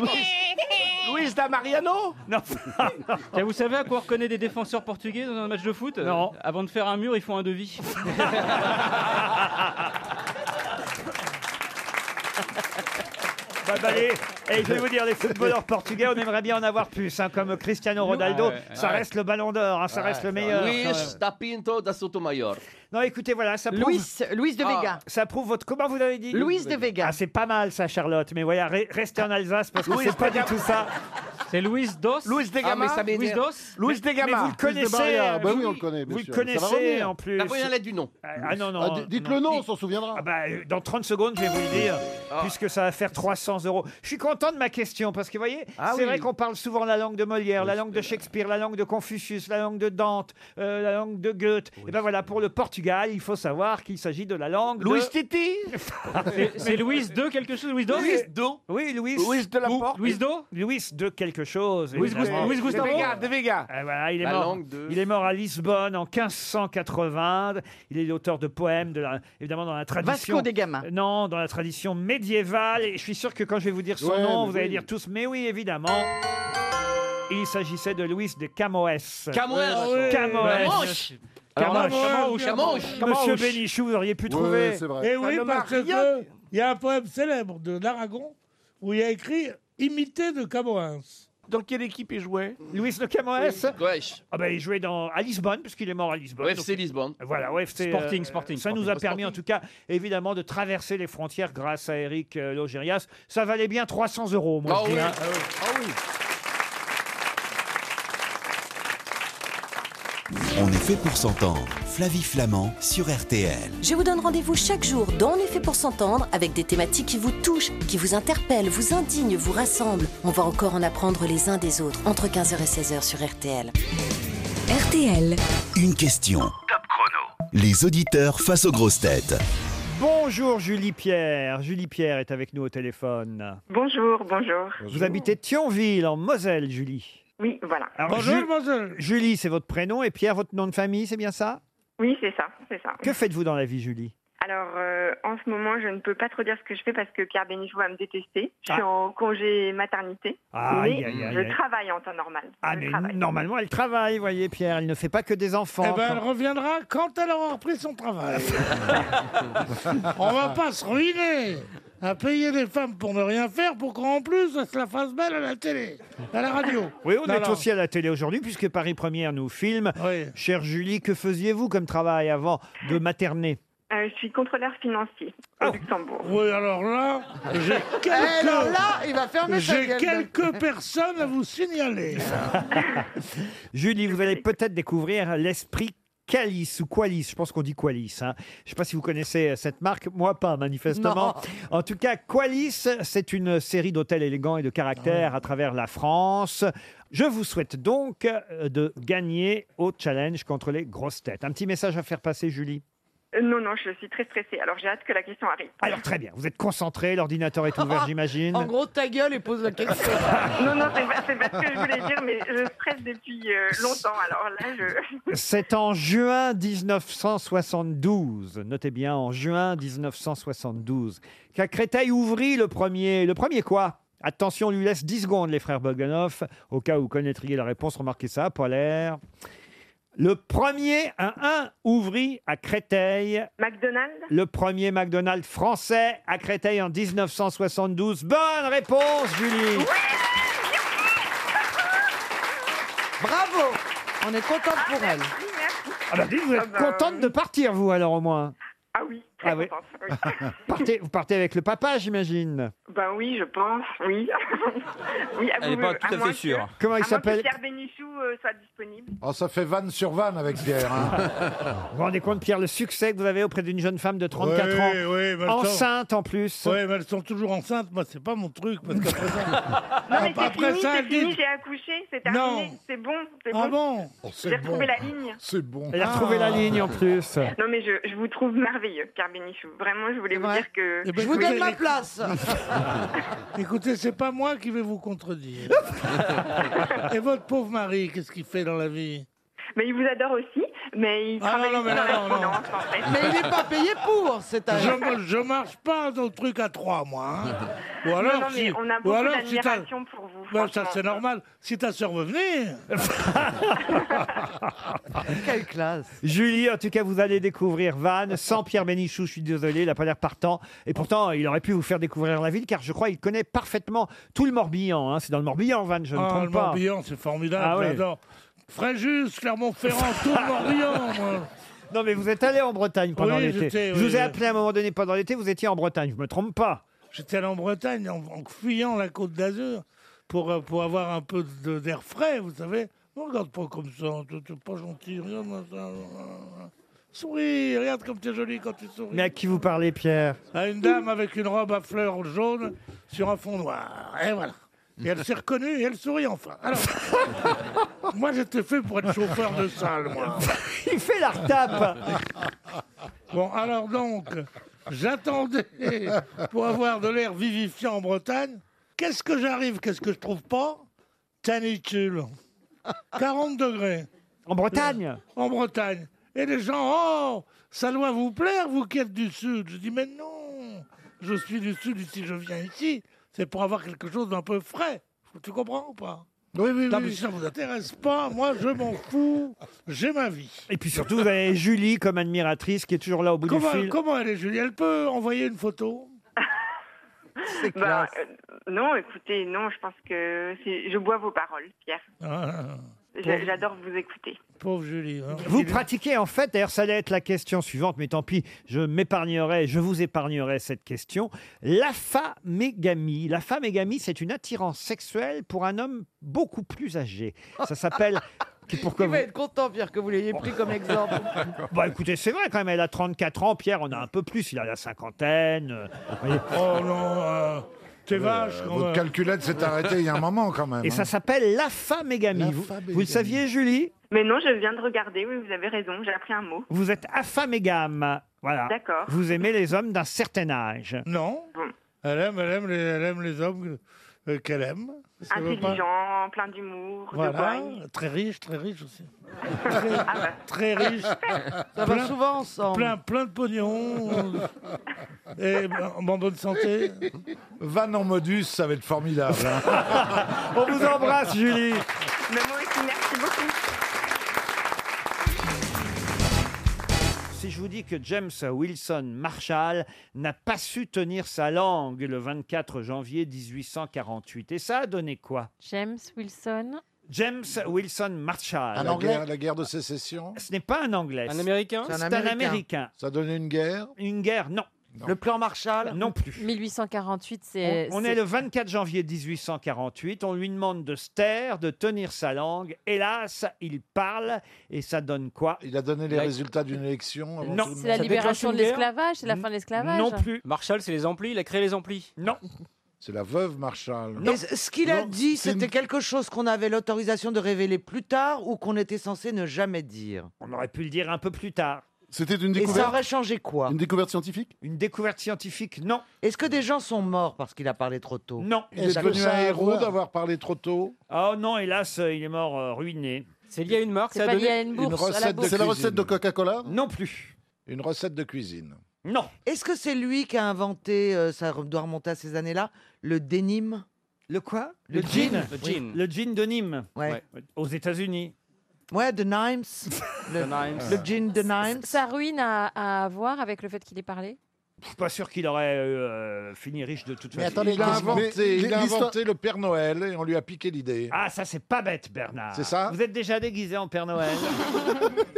Luis da Mariano Non. Et vous savez à quoi reconnaît des défenseurs portugais dans un match de foot Non. Avant de faire un mur, ils font un devis. Bah, bah, allez. Et je vais vous dire, les footballeurs portugais, on aimerait bien en avoir plus, hein, comme Cristiano Ronaldo. Ah ouais, ça ouais. reste le ballon d'or, hein, Ah, ça reste le meilleur. Luis da Pinto da Sotomayor. Non, écoutez, voilà, ça prouve, Louis, Louis de Ah. Vega. ça prouve votre. Comment vous avez dit Louis de Vega. Ah, c'est pas mal ça, Charlotte, mais voilà, re- restez en Alsace parce que c'est pas du tout ça. C'est Louis Dos. Luis de Ah, mais Gama ça m'énerve. Louis Dos. Luis de Mais vous Gama le connaissez. Barrière. Bah vous- oui, on le connaît, bien Vous le sûr. Ça va connaissez revenir. en plus. La première lettre du nom. Ah non, non. Ah, d- dites le non. nom, on s'en souviendra. Ah. Ah bah, euh, dans 30 secondes, je vais vous le dire, puisque ça va faire 300 euros. Je suis content de ma question, parce que vous voyez, Ah c'est vrai qu'on parle souvent la langue de Molière, la langue de Shakespeare, la langue de Confucius, la langue de Dante, euh, la langue de Goethe. Et ben voilà, pour le Portugal, il faut savoir qu'il s'agit de la langue de- Luis Titi C'est- C'est Louis de quelque chose, Louis Dos Luis Do Oui, Louis. Luis de la Ou- Porte Louis Do Louis de quelque chose. Louis évidemment. Gus- Louis De Gustavo Vega, de Vega Ah, voilà, il, est La mort, langue de- il est mort à Lisbonne en 1580. Il est l'auteur de poèmes, de la- évidemment dans la tradition. Vasco des Gama. Euh, Non, dans la tradition médiévale. Et je suis sûr que quand je vais vous dire son Ouais, nom, mais vous allez oui. dire tous, mais oui, évidemment. Il s'agissait de Luis de Camoès. Camoëns. Camoès. Camoche. Camoche. Monsieur Bénichou, vous auriez pu Ouais, trouver. c'est vrai. Et Eh oui, parce que il y a un poème célèbre de l'Aragon où il y a écrit Imité de Camoëns. Dans quelle équipe il jouait Luis de Camoès Wesh. Ah ben, il jouait dans, à Lisbonne, puisqu'il est mort à Lisbonne. Au Donc, FC Lisbonne. Voilà, ouais, c'est, Sporting, Sporting, euh, Ça nous a permis, en tout cas, évidemment, de traverser les frontières grâce à Eric euh, Logérias. Ça valait bien 300 euros, moi. Ah je dis, oui. hein. On est fait pour s'entendre. Flavie Flamand sur RTL. Je vous donne rendez-vous chaque jour dans Les Faits pour s'entendre avec des thématiques qui vous touchent, qui vous interpellent, vous indignent, vous rassemblent. On va encore en apprendre les uns des autres entre 15h et 16h sur RTL. RTL. Une question. Les auditeurs face aux grosses têtes. Bonjour, Julie Pierre. Julie Pierre est avec nous au téléphone. Bonjour, bonjour. Vous habitez Thionville, en Moselle, Julie. Oui, voilà. Alors, Bonjour, Ju- bonjour. Julie, c'est votre prénom et Pierre, votre nom de famille, c'est bien ça Oui, c'est ça, c'est ça. Que faites-vous dans la vie, Julie Alors, euh, en ce moment, je ne peux pas trop dire ce que je fais parce que Pierre Bénichou va me détester. Je suis Ah. en congé maternité. Ah, aïe, mais aïe, aïe, je aïe. travaille en temps normal. Ah, Je mais travaille. normalement, elle travaille, voyez, Pierre. Elle ne fait pas que des enfants. Eh ben, elle Quand- reviendra quand elle aura repris son travail. On va pas se ruiner à payer des femmes pour ne rien faire pour qu'en plus elle se la fasse belle à la télé, à la radio. Oui, on Non, est non. aussi à la télé aujourd'hui puisque Paris Première nous filme. Oui. Chère Julie, que faisiez-vous comme travail avant de materner Euh, je suis contrôleur financier au Ah. Luxembourg. Oui, alors là, j'ai Eh, alors quelques, là, il va fermer sa j'ai gueule. quelques personnes à vous signaler. Julie, vous allez peut-être découvrir l'esprit Qualis ou Qualis, je pense qu'on dit Qualis. hein. Je ne sais pas si vous connaissez euh, cette marque, moi pas manifestement. En tout cas, Qualis, c'est une série d'hôtels élégants et de caractère à travers la France. Je vous souhaite donc euh, de gagner au challenge contre les grosses têtes. Un petit message à faire passer, Julie. Euh, non, non, je suis très stressée. Alors j'ai hâte que la question arrive. Alors très bien, vous êtes concentré, l'ordinateur est ouvert, j'imagine. En gros, ta gueule et pose la question. non, non, c'est pas, c'est pas ce que je voulais dire, mais je stresse depuis euh, longtemps. Alors là, je. C'est en juin 1972, notez bien, en juin 1972, qu'à Créteil ouvrit le premier. Le premier quoi Attention, on lui laisse 10 secondes, les frères Bogdanov. Au cas où vous connaîtriez la réponse, remarquez ça, polaire. Le premier 1-1 ouvrit à Créteil. McDonald's Le premier McDonald's français à Créteil en 1972. Bonne réponse, Julie Bravo On est contente pour elle. Ah bah, dites, vous êtes contente de partir, vous, alors, au moins Ah oui, très Ah oui. contente. oui. partez, Vous partez avec le papa, j'imagine Ben oui, je pense, oui. oui à Elle est vous- pas tout à moins fait que- sûre. à Comment moins il que s'appelle Pierre Bénichou euh, soit disponible. Oh, ça fait vanne sur vanne avec Pierre. hein. Vous vous rendez compte, Pierre, le succès que vous avez auprès d'une jeune femme de 34 Oui, oui, ans, bah, bah, mais attends. enceinte en plus Ouais, mais elles sont toujours enceintes. Moi, c'est pas mon truc. Parce qu'après ça, Non, mais c'est après fini, ça, c'est elle fini, dit- j'ai accouché, c'est Non. terminé, c'est bon, c'est Ah bon. bon Oh, c'est J'ai retrouvé bon. Ah. la ligne. C'est bon. Ah. Elle a retrouvé la ligne en plus. Non, mais je, je vous trouve merveilleux, Pierre Bénichou. Vraiment, je voulais vous dire que. Eh ben, Oui. écoutez- Ah, Écoutez, c'est pas moi qui vais vous contredire. Et votre pauvre mari, qu'est-ce qu'il fait dans la vie Ah, Mais il vous adore aussi, mais il travaille non, mais dans non, la non, non. finance, en fait. Mais il est pas payé pour cet âge. Je, je marche pas dans le truc à trois, moi. hein. Ou Non, alors, non, mais si, on a ou beaucoup alors, si ta- d'admiration pour vous, Ben, ça, franchement. c'est normal. Si ta sœur veut venir. Quelle classe Julie, en tout cas, vous allez découvrir Vannes sans Pierre Bénichou. Je suis désolé, il n'a pas l'air partant. Et pourtant, il aurait pu vous faire découvrir la ville, car je crois qu'il connaît parfaitement tout le Morbihan. hein. C'est dans le Morbihan, Vannes, je ne me Ah, trompe le pas. Morbihan, c'est formidable, Ah oui. j'adore. Fréjus, Clermont-Ferrand, tout le Morbihan, moi. Non, mais vous êtes allé en Bretagne pendant Oui, l'été. j'étais, Je oui, vous ai oui. appelé à un moment donné pendant l'été, vous étiez en Bretagne, je me trompe pas. J'étais allé en Bretagne en, en fuyant la côte d'Azur pour, euh, pour avoir un peu de- d'air frais, vous savez. Ne regarde pas comme ça, t'es t'es pas gentil, regarde-moi ça. Souris, regarde comme t'es joli quand tu souris. Mais à qui vous parlez, Pierre À une dame avec une robe à fleurs jaune sur un fond noir. Et voilà. Et elle s'est reconnue et elle sourit enfin. Alors, moi j'étais fait pour être chauffeur de salle, moi. Il fait la retape Bon, alors donc, j'attendais pour avoir de l'air vivifiant en Bretagne. Qu'est-ce que j'arrive Qu'est-ce que je trouve pas Canicule. 40 degrés. En Bretagne En Bretagne. Et les gens, oh, ça doit vous plaire, vous qui êtes du Sud. Je dis, mais non, je suis du Sud ici, je viens ici. C'est pour avoir quelque chose d'un peu frais. Tu comprends ou pas Oui, oui, Non, oui. mais ça vous intéresse pas, moi je m'en fous, j'ai ma vie. Et puis surtout, vous avez Julie comme admiratrice qui est toujours là au bout Comment, du fil. comment elle est, Julie Elle peut envoyer une photo Bah, euh, non, écoutez, non, je pense que c'est- je bois vos paroles, Pierre. 嗯 Ah, Je- pauvre- J'adore vous écouter. Pauvre Julie. hein. Vous pratiquez en fait, d'ailleurs ça allait être la question suivante, mais tant pis, je m'épargnerai, je vous épargnerai cette question. L'aphamégamie. L'aphamégamie, c'est une attirance sexuelle pour un homme beaucoup plus âgé. Ça s'appelle... qui- Pourquoi Il va être content, Pierre, que vous l'ayez pris comme exemple. Bah écoutez, c'est vrai quand même, elle a 34 ans, Pierre en a un peu plus, il a la cinquantaine. euh, vous voyez. Oh non, euh, t'es vache quand Votre même. calculette s'est arrêtée il y a un moment quand même. Et ça hein. s'appelle l'aphamégamie. Vous, vous le saviez, Julie Mais non, je viens de regarder, oui, vous avez raison, j'ai appris un mot. Vous êtes aphamégame. Voilà. D'accord. Vous aimez les hommes d'un certain âge. Non, elle aime, elle aime les, elle aime les hommes euh, qu'elle aime. Ça veut pas- Intelligent, plein d'humour, de Voilà, gogne. très riche, très riche aussi. Ah bah. Très riche. Ça va souvent ensemble. Plein, plein de pognon. Et ben, en bonne santé. Van en modus, ça va être formidable. hein. On vous embrasse, Julie. Mais moi aussi, merci beaucoup. Si je vous dis que James Wilson Marshall n'a pas su tenir sa langue le 24 janvier 1848, et ça a donné quoi James Wilson. James Wilson Marshall. la, guerre, la guerre de sécession Ce n'est pas un Anglais. Un Américain C'est C'est un un Américain. Américain. Ça donnait une guerre Une guerre, non. Le plan Marshall Non plus. 1848, c'est. On, on c'est- est... le 24 janvier 1848, on lui demande de se taire, de tenir sa langue. Hélas, il parle et ça donne quoi Il a donné les La- résultats d'une élection avant Non. tout le C'est la monde. libération de une guerre l'esclavage, c'est la fin de l'esclavage. Non plus. Marshall, c'est les amplis, il a créé les amplis. Non. C'est la veuve Marshall. Et c- ce qu'il a Non, dit, c'est une- c'était quelque chose qu'on avait l'autorisation de révéler plus tard ou qu'on était censé ne jamais dire. On aurait pu le dire un peu plus tard. C'était une Et ça découverte aurait changé quoi Une découverte scientifique Une découverte scientifique, non. Est-ce que des gens sont morts parce qu'il a parlé trop tôt Non. Il est devenu un héros d'avoir parlé trop tôt Oh non, hélas, euh, il est mort euh, ruiné. C'est lié à une mort C'est ça a pas lié donné à une bourse, à la bourse. C'est la recette de Coca-Cola Non plus. Une recette de cuisine. Non. Est-ce que c'est lui qui a inventé, euh, ça doit remonter à ces années-là, le dénime Le quoi Le, jean Oui, Le jean de Nîmes. Aux États-Unis. Ouais, de Nimes. le, le jean de Nimes. Sa ruine a, a à voir avec le fait qu'il ait parlé Je suis pas sûr qu'il aurait euh, fini riche de toute Mais façon. attendez, il a inventé, il a l'histoire- inventé le Père Noël et on lui a piqué l'idée. Ah, ça, c'est pas bête, Bernard. C'est ça Vous êtes déjà déguisé en Père Noël.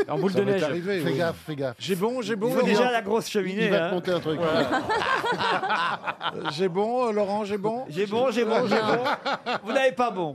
En boule de neige. Fais gaffe, fais gaffe. J'ai bon, j'ai bon. Il faut Laurent. déjà la grosse cheminée, Il va hein. te monter un truc. Euh, j'ai bon, euh, Laurent, j'ai bon. J'ai bon, j'ai bon, j'ai bon. Vous n'avez pas bon.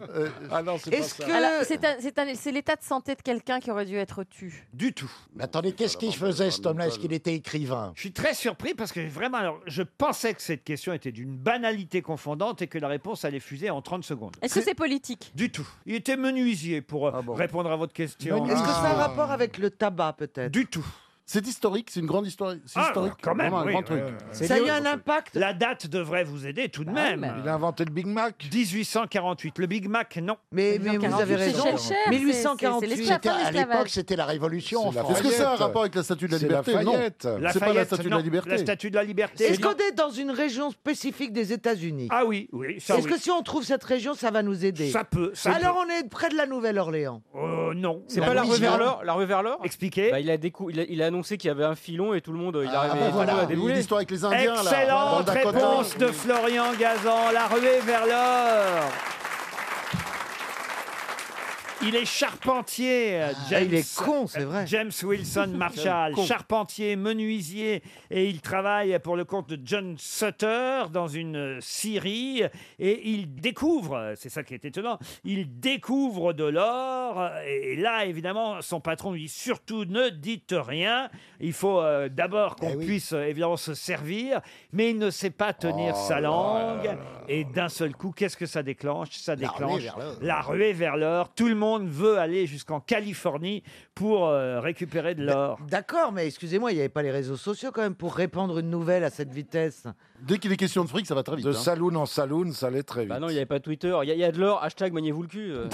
Ah non, c'est pas ça. Alors, c'est un- c'est un- c'est l'état de santé de quelqu'un qui aurait dû être tu. Du tout. Mais attendez, qu'est-ce qu'il faisait cet homme-là Est-ce qu'il était écrivain Je suis très surpris parce que vraiment, alors, je pensais que cette question était d'une banalité confondante et que la réponse allait fuser en 30 secondes. Est-ce que c'est politique Du tout. Il était menuisier pour Ah euh, répondre à votre question. Ah. Est-ce que ça a un rapport avec le tabac peut-être Du tout. C'est historique, c'est une grande histoire. C'est Ah, historique. quand même, vraiment un oui, grand truc. ouais, ouais, ouais. impact La date devrait vous aider tout de Bah même. Il a inventé le Big Mac 1848. Le Big Mac, non. Mais, vous avez raison. 1848. C'était- à l'époque, c'était la Révolution en France. Est-ce que ça a un rapport avec la statue de la C'est liberté Lafayette. Non. C'est pas la Lafayette, statue de non. la liberté. La statue de la liberté. Est-ce qu'on est dans une région spécifique des États-Unis Ah oui, oui. ça Est-ce oui. que si on trouve cette région, ça va nous aider Ça peut, ça Alors on est près de la Nouvelle-Orléans. Euh, non. C'est pas la rue vers l'or La rue vers l'or Bah, Expliquez. il, a décou- il, a, il a annoncé qu'il y avait un filon et tout le monde, euh, il Ah, arrivait bah tout le monde voilà, a déboulé. l'histoire avec les Indiens, là, dans le Excellente Dakota. réponse de Florian Gazan, la ruée vers l'or. Il est charpentier, euh, James, il est con, c'est vrai. James Wilson Marshall, Con. charpentier, menuisier, et il travaille pour le compte de John Sutter dans une scierie, et il découvre, c'est ça qui est étonnant, il découvre de l'or, et là, évidemment, son patron lui dit surtout ne dites rien, il faut euh, d'abord Eh qu'on puisse euh, évidemment se servir, mais il ne sait pas tenir Oh sa là langue, et d'un seul coup, qu'est-ce que ça déclenche Ça La ruée déclenche vers l'or. la ruée vers l'or, tout le monde veut aller jusqu'en Californie pour euh, récupérer de l'or. Ben, D'accord, mais excusez-moi, il n'y avait pas les réseaux sociaux quand même pour répandre une nouvelle à cette vitesse. Dès qu'il est question de fric, ça va très vite. De hein. saloon en saloon, ça allait très vite. Bah non, il n'y avait pas Twitter. Il y, a- il y a de l'or, hashtag maniez-vous le cul. euh.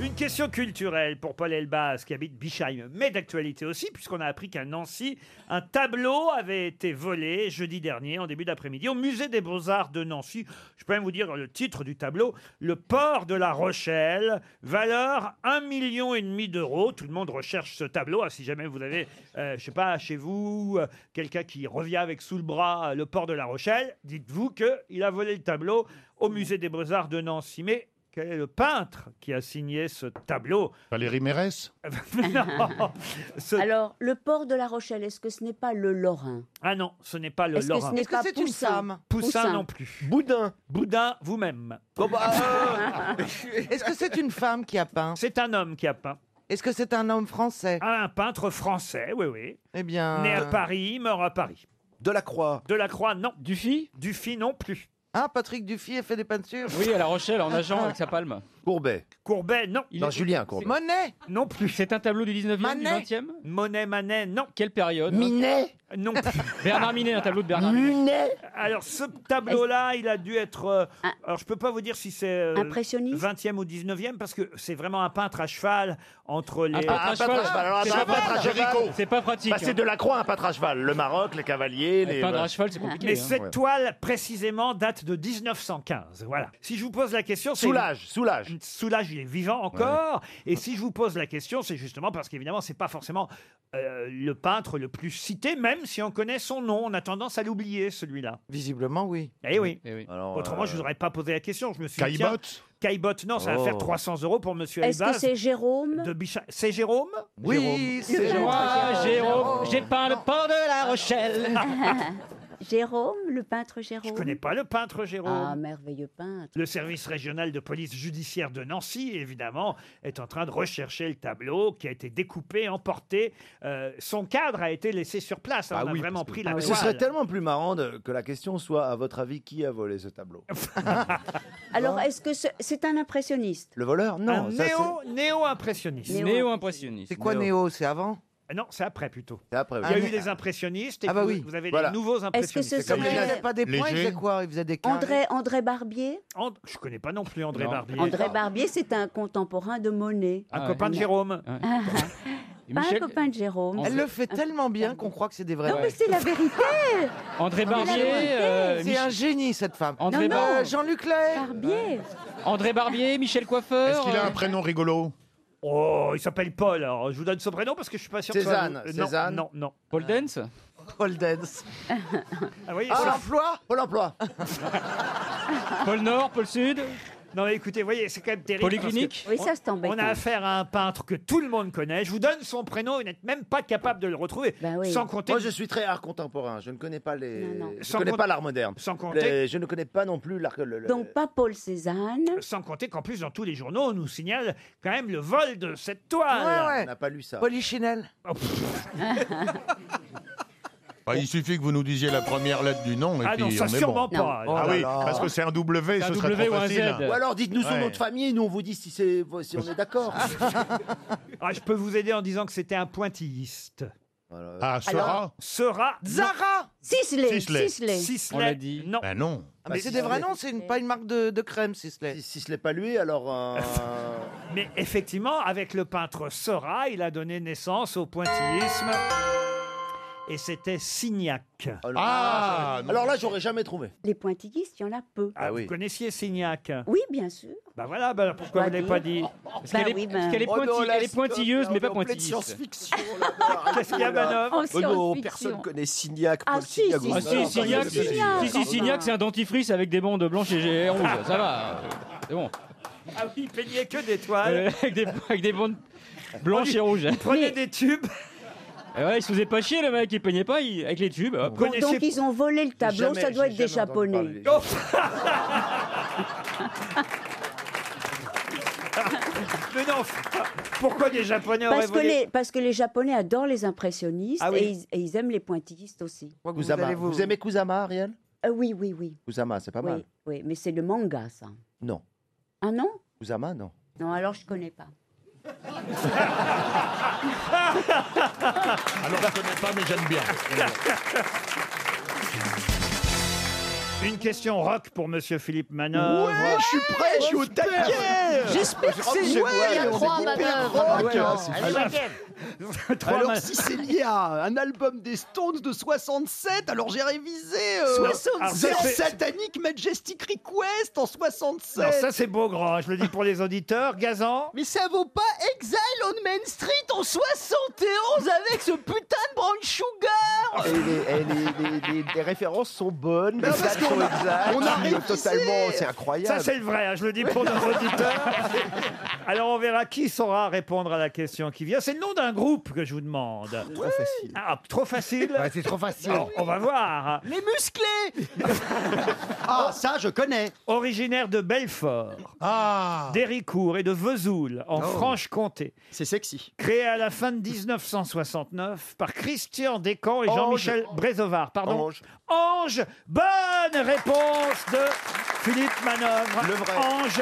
Une question culturelle pour Paul Elbaz qui habite Bichheim, mais d'actualité aussi, puisqu'on a appris qu'à Nancy, un tableau avait été volé jeudi dernier, en début d'après-midi, au musée des Beaux-Arts de Nancy. Je peux même vous dire le titre du tableau Le port de la Rochelle, valeur 1,5 million et demi d'euros. Tout le monde recherche ce tableau. Ah, si jamais vous avez, euh, je sais pas, chez vous, euh, quelqu'un qui revient avec sous le bras euh, le port de la Rochelle, dites-vous qu'il a volé le tableau au musée des Beaux-Arts de Nancy. Mais quel est le peintre qui a signé ce tableau Valérie Mérès Alors, le port de La Rochelle, est-ce que ce n'est pas le Lorrain Ah non, ce n'est pas le Est-ce que ce Lorrain. n'est Est-ce que pas c'est une Poussin femme Ah, Poussin, Poussin. non plus. Boudin. Boudin, vous-même. bah, Est-ce que c'est une femme qui a peint C'est un homme qui a peint. Est-ce que c'est un homme français Un peintre français, oui, oui. Eh bien. Né à Paris, mort à Paris. Delacroix. Delacroix, non. Dufy Dufy, non plus. Ah, Patrick Dufy a fait des peintures Oui, à La Rochelle, en nageant avec sa palme. Courbet. Courbet, non. Non, Julien Courbet. Monet Non plus. C'est un tableau du 19e, Manet. du 20e Monet, Manet, non. Quelle période Minet Non plus. Bernard Minet, un tableau de Bernard Minet. Munet Alors, ce tableau-là, il a dû être. euh, Ah. alors, je peux pas vous dire si c'est. euh, 20e ou 19e, parce que c'est vraiment un peintre à cheval entre les. Un peintre à Ah, un cheval. peintre à cheval. Alors, C'est un pas peintre à mal. Géricault. C'est pas pratique, Bah, hein. de la Croix, un peintre à cheval. Le Maroc, les cavaliers, les. bah, voilà. Mais hein. hein. cette toile, précisément, date de 1915. Voilà. Si je vous pose la question, c'est. Soulage, soulage. Soulage, il est vivant encore. Et si je vous pose la question, c'est justement parce qu'évidemment, c'est pas forcément euh, le peintre le plus cité, même si on connaît son nom. On a tendance à l'oublier, celui-là. Visiblement, oui. Eh oui. Alors, Autrement, euh, je ne vous aurais pas posé la question. Je me suis dit, Caillebotte tiens, Caillebotte, non, ça va Oh. faire 300 euros pour Monsieur Est-ce que Elbaz. c'est Jérôme de Bicha- C'est Jérôme Oui, c'est Jérôme. Moi, Jérôme, j'ai peint le port de la Rochelle. Jérôme, le peintre Jérôme. Je connais pas le peintre Jérôme. Ah, merveilleux peintre. Le service régional de police judiciaire de Nancy, évidemment, est en train de rechercher le tableau qui a été découpé, emporté. Euh, son cadre a été laissé sur place. Ah Bah hein, on a vraiment pris la Mais Ah Ce toile. serait tellement plus marrant de- que la question soit, à votre avis, qui a volé ce tableau Ah, Alors, est-ce que ce- c'est un impressionniste Le voleur Non. Un ça, c'est- néo- néo-impressionniste. Néo- C'est quoi euh, Néo, C'est avant Ah Non, c'est après plutôt. après, Il y a eu les impressionnistes et Ah bah vous- oui. vous avez Voilà. les nouveaux Est-ce que impressionnistes. ce C'est comme serait- les- il faisait pas des points, il faisait quoi Il faisait des carrés André, André Barbier And- Je connais pas non plus André Non. Barbier. Ah. André Barbier, c'est un contemporain de Monet. Un copain de Jérôme. Ah, Pas un copain de Jérôme. Elle le fait tellement bien qu'on croit que c'est des vrais. Non, mais c'est la vérité André Mais la Barbier, vérité. euh, c'est Michel- un génie cette femme. André Non, non. Euh, Jean-Luc Lahaye. Barbier André Barbier, Michel Coiffeur. Est-ce qu'il a un euh, prénom rigolo Oh, il s'appelle Paul. Alors, je vous donne son prénom parce que je suis pas sûr que ça Cézanne, vous- Non, Cézanne. Non, non. Paul Dance Paul Dance. Ah, oui, Pôle c'est- emploi Pôle emploi. Pôle Nord, Pôle Sud Non, mais écoutez, voyez, c'est quand même terrible. Polyclinique parce Oui, ça, on- c'est embêtant. On a affaire à un peintre que tout le monde connaît. Je vous donne son prénom, vous n'êtes même pas capable de le retrouver. Sans compter. Moi, je suis très art contemporain. Je ne connais pas les. Je Sans connais compte- pas l'art moderne. sans compter- Les- Je ne connais pas non plus l'art. le- le- Donc, pas Paul Cézanne. Euh, Sans compter qu'en plus, dans tous les journaux, on nous signale quand même le vol de cette toile. Ah, Oh, Ouais, ouais. On n'a pas lu ça. Polichinelle. Bah, il suffit que vous nous disiez la première lettre du nom et Ah puis non, ça, on est sûrement bon. pas. ah Oh là oui, là. parce que c'est un W, C'est un ce serait W trop ou un Z. facile. Ou alors, dites-nous son Ouais. nom de famille et nous, on vous dit si, c'est- si on est d'accord. Ah, je peux vous aider en disant que c'était un pointilliste. Ah, Seurat Alors Sera. Zara Sisley. Sisley. Sisley. On l'a dit. Non. Bah non. Ah, mais c'est des vrais noms, c'est une- pas une marque de, de crème, Sisley. Si, si ce n'est pas lui, alors. euh, Mais effectivement, avec le peintre Sora, il a donné naissance au pointillisme. Et c'était Signac. Ah, non. Alors là, j'aurais jamais trouvé. Les pointillistes, il y en a peu. Ah, Vous connaissiez Signac Oui, bien sûr. Bah voilà, bah pourquoi vous ne l'avez pas dit Parce Bah qu'elle est- oui, bah. parce Oh, qu'elle est pointi- elle est pointilleuse, mais pas pointilliste. Qu'est-ce qu'il y a, Ah, Manon En Oh non, science-fiction. personne connaît Signac. Ah Paul si, Signac, Ah, si, vous- si, Non, si, Signac, personne si, connaît. si, si, Signac, c'est un dentifrice avec des bandes blanches et et rouges, ça va, euh, c'est bon. Ah oui, il peignait que des toiles. Euh, avec, des, avec des bandes blanches et rouges. Eh Il prenait des tubes. ouais, il se faisait pas chier le mec, il peignait pas il- avec les tubes. hop. Donc, donc, ils ont volé le tableau, jamais- ça doit j'ai être des jamais Japonais. entendu Mais non, pourquoi des Japonais auraient Parce que, volé les, parce que les Japonais adorent les impressionnistes Ah oui. et, ils, et ils aiment les pointillistes aussi. Kusama. Vous, aimez Kusama, Ariel Euh, Oui, oui, oui. Kusama, c'est pas oui, mal. oui, mais c'est le manga, ça. Non. Ah non Kusama, non. Non, alors je connais pas. Alors, je connais pas, mais j'aime bien. Une question rock pour Monsieur Philippe Manœuvre. Ouais, je suis prêt, je suis au taquet. J'espère que c'est Ouais, joué, il y a c'est trois hyper manœuvres. rock. Ouais, ouais, c'est allez, pas- Michael. Trois Alors, man- si c'est lié à un album des Stones de 67, alors j'ai révisé. Euh, 67. Alors, ça, c'est- Satanic Majestic Request en 67. Non, ça c'est beau grand, hein, je le dis pour les auditeurs. Gazan Mais ça vaut pas Exile on Main Street en 71 avec ce putain de brown sugar Et les, et les- les- les- les références sont bonnes, les Non, parce dates sont qu'on a- exactes. on a euh, révisé. totalement, c'est incroyable. Ça c'est le vrai, hein, je le dis pour nos auditeurs. Alors on verra qui saura répondre à la question qui vient. C'est le nom d'un groupe que je vous demande. Trop facile. Ah, trop facile C'est trop facile. on va voir. Les musclés Ah, ça je connais. Originaire de Belfort, ah. d'Héricourt et de Vesoul, en Oh. Franche-Comté. C'est sexy. Créé à la fin de 1969 par Christian Descamps et Ange. Jean-Michel Brézovard. Pardon. Ange. Ange. Bonne réponse de Philippe Manœuvre. Le vrai. Ange.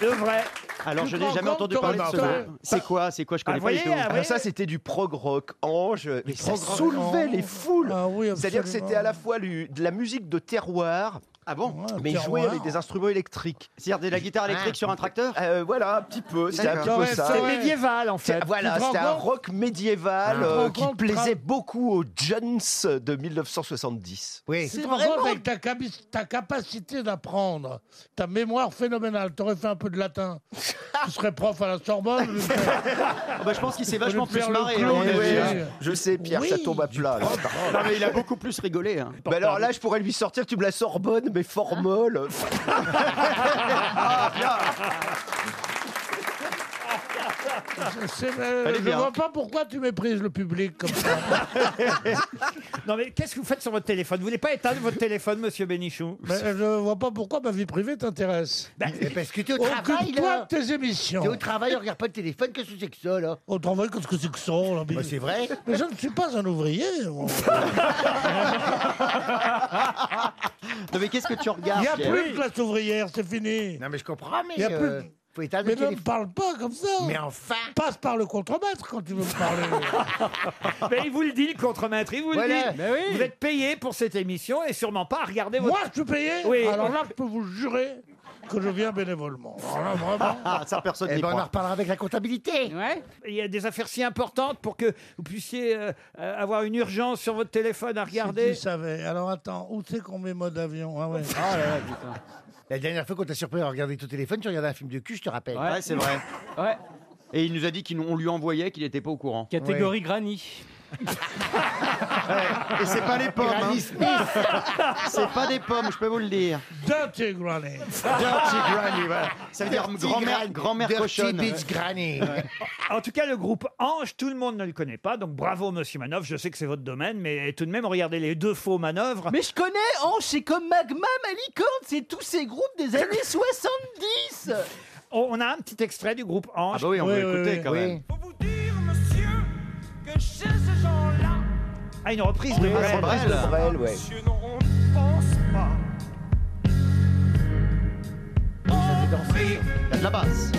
Le vrai. Alors, je n'ai jamais entendu parler de ce groupe. C'est quoi C'est quoi Je Ah, connais vous pas les voyez, deux. ah, vous Alors voyez. ça, c'était du prog rock, ange, mais ça prog rock soulevait ange. les foules. Ah absolument. C'est-à-dire que c'était à la fois lu- de la musique de terroir. Ah bon Mais terroir. joué avec des instruments électriques. C'est-à-dire de la guitare électrique sur un tracteur Voilà, un petit peu. C'était un petit D'accord. peu Ouais, ça. c'est vrai. médiéval, en fait. C'est- Voilà, Du c'était un prog rock. rock médiéval Un euh, prog qui rock plaisait tra- beaucoup aux Jones de 1970. Oui, C'est vraiment avec ta, capi- ta capacité d'apprendre, ta mémoire phénoménale. T'aurais fait un peu de latin. tu serais prof à la Sorbonne. je sais pas. Ah bah, je pense qu'il s'est Au lieu de vachement plus faire le marré. clown, hein, il oui, est- oui. Je sais, Pierre, Oui, ça tombe à plat. là. propre. Non, mais il a beaucoup plus rigolé. hein. Bah alors là, je pourrais lui sortir, tu me la Sorbonne, mais formol. C'est- euh, Elle est je bien. vois pas pourquoi tu méprises le public comme ça. non mais qu'est-ce que vous faites sur votre téléphone Vous voulez pas éteindre votre téléphone, monsieur Bénichou Mais Ben, je vois pas pourquoi ma vie privée t'intéresse. parce que t'es au travail, Ben, Occupe-toi là. de tes émissions. T'es au travail, on regarde pas le téléphone, qu'est-ce que c'est que ça, là Au travail, qu'est-ce que c'est que ça, là Bah, c'est vrai. Mais je ne suis pas un ouvrier. moi. Non, mais qu'est-ce que tu regardes Il n'y a Pierre plus de classe ouvrière, c'est fini. Non, mais je comprends, mais. Il y a plus. euh, faut éteindre Mais le ne me téléphone. parle pas comme ça. Mais enfin. Passe par le contremaître quand tu veux me parler. Mais il vous le dit, le contremaître, il vous Voilà. le dit. Mais oui. Vous êtes payé pour cette émission et sûrement pas à regarder votre... Moi, je suis payé Oui. Alors là, je peux vous jurer que je viens bénévolement. Alors là, vraiment. Ah, ça, personne Eh n'y ben, on en croit. reparlera avec la comptabilité. Il y a des affaires si importantes pour que vous puissiez euh, euh, avoir une urgence sur votre téléphone à regarder. Tu savais. Alors attends, où c'est qu'on met mode avion Ah ouais. La dernière fois qu'on t'a surpris à regarder ton téléphone, tu regardais un film de cul, je te rappelle. Ouais, c'est vrai. Ouais. Et il nous a dit qu'on lui envoyait qu'il n'était pas au courant. Catégorie granny. Et c'est pas les pommes. hein. C'est pas des pommes, je peux vous le dire. Dirty Granny. Dirty granny, voilà. Ça veut dire Dirty grand-mère, granny. grand-mère Dirty cochonne. bitch granny. En tout cas, le groupe Ange, tout le monde ne le connaît pas, donc bravo Monsieur Manœuvre, je sais que c'est votre domaine, mais tout de même, regardez les deux faux manœuvres. Mais je connais Ange, c'est comme Magma, Malicorne, c'est tous ces groupes des années 70 On on a un petit extrait du groupe Ange. Ah bah oui, on veut l'écouter quand même. Que chez ces gens-là, Ah, une reprise de Oui, Brel. c'est Brel. Ah, Brel, ouais. monsieur, non, on ne pense pas. Il y a de la basse.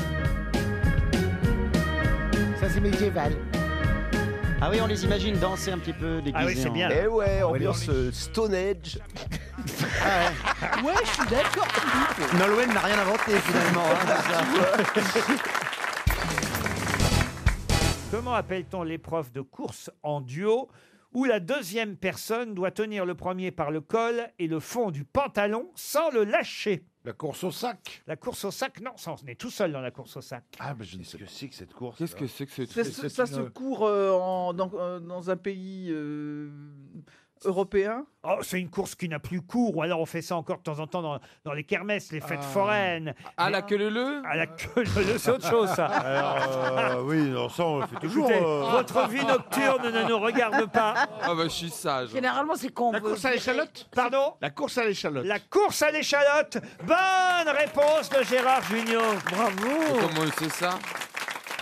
Ça, c'est médiéval. Ah oui, on les imagine danser un petit peu déguisés. Ah oui, c'est bien. en- Eh ouais, euh, ambiance, Stone Age. Ouais, je suis d'accord, Philippe. Nolwenn n'a rien inventé finalement. hein, c'est ça. Comment appelle-t-on l'épreuve de course en duo où la deuxième personne doit tenir le premier par le col et le fond du pantalon sans le lâcher La course au sac La course au sac, non, ça, on est tout seul dans la course au sac. Ah, mais je ne sais que c'est que cette course. Qu'est-ce que c'est que ce Ça, truc se- ça se court euh, en- dans, euh, dans un pays euh, européen Oh, c'est une course qui n'a plus cours, ou alors on fait ça encore de temps en temps dans, dans les kermesses, les fêtes Ah. foraines. À la queue leu À la queue leu, c'est autre chose ça. Alors, euh, oui, ça on fait toujours, euh. Votre vie nocturne ne nous regarde pas. Ah bah je suis sage. Généralement, c'est con. La course à l'échalote Pardon La course à l'échalote. La course à l'échalote. Bonne réponse de Gérard Junior. Et Bravo. Bah, Comment il sait ça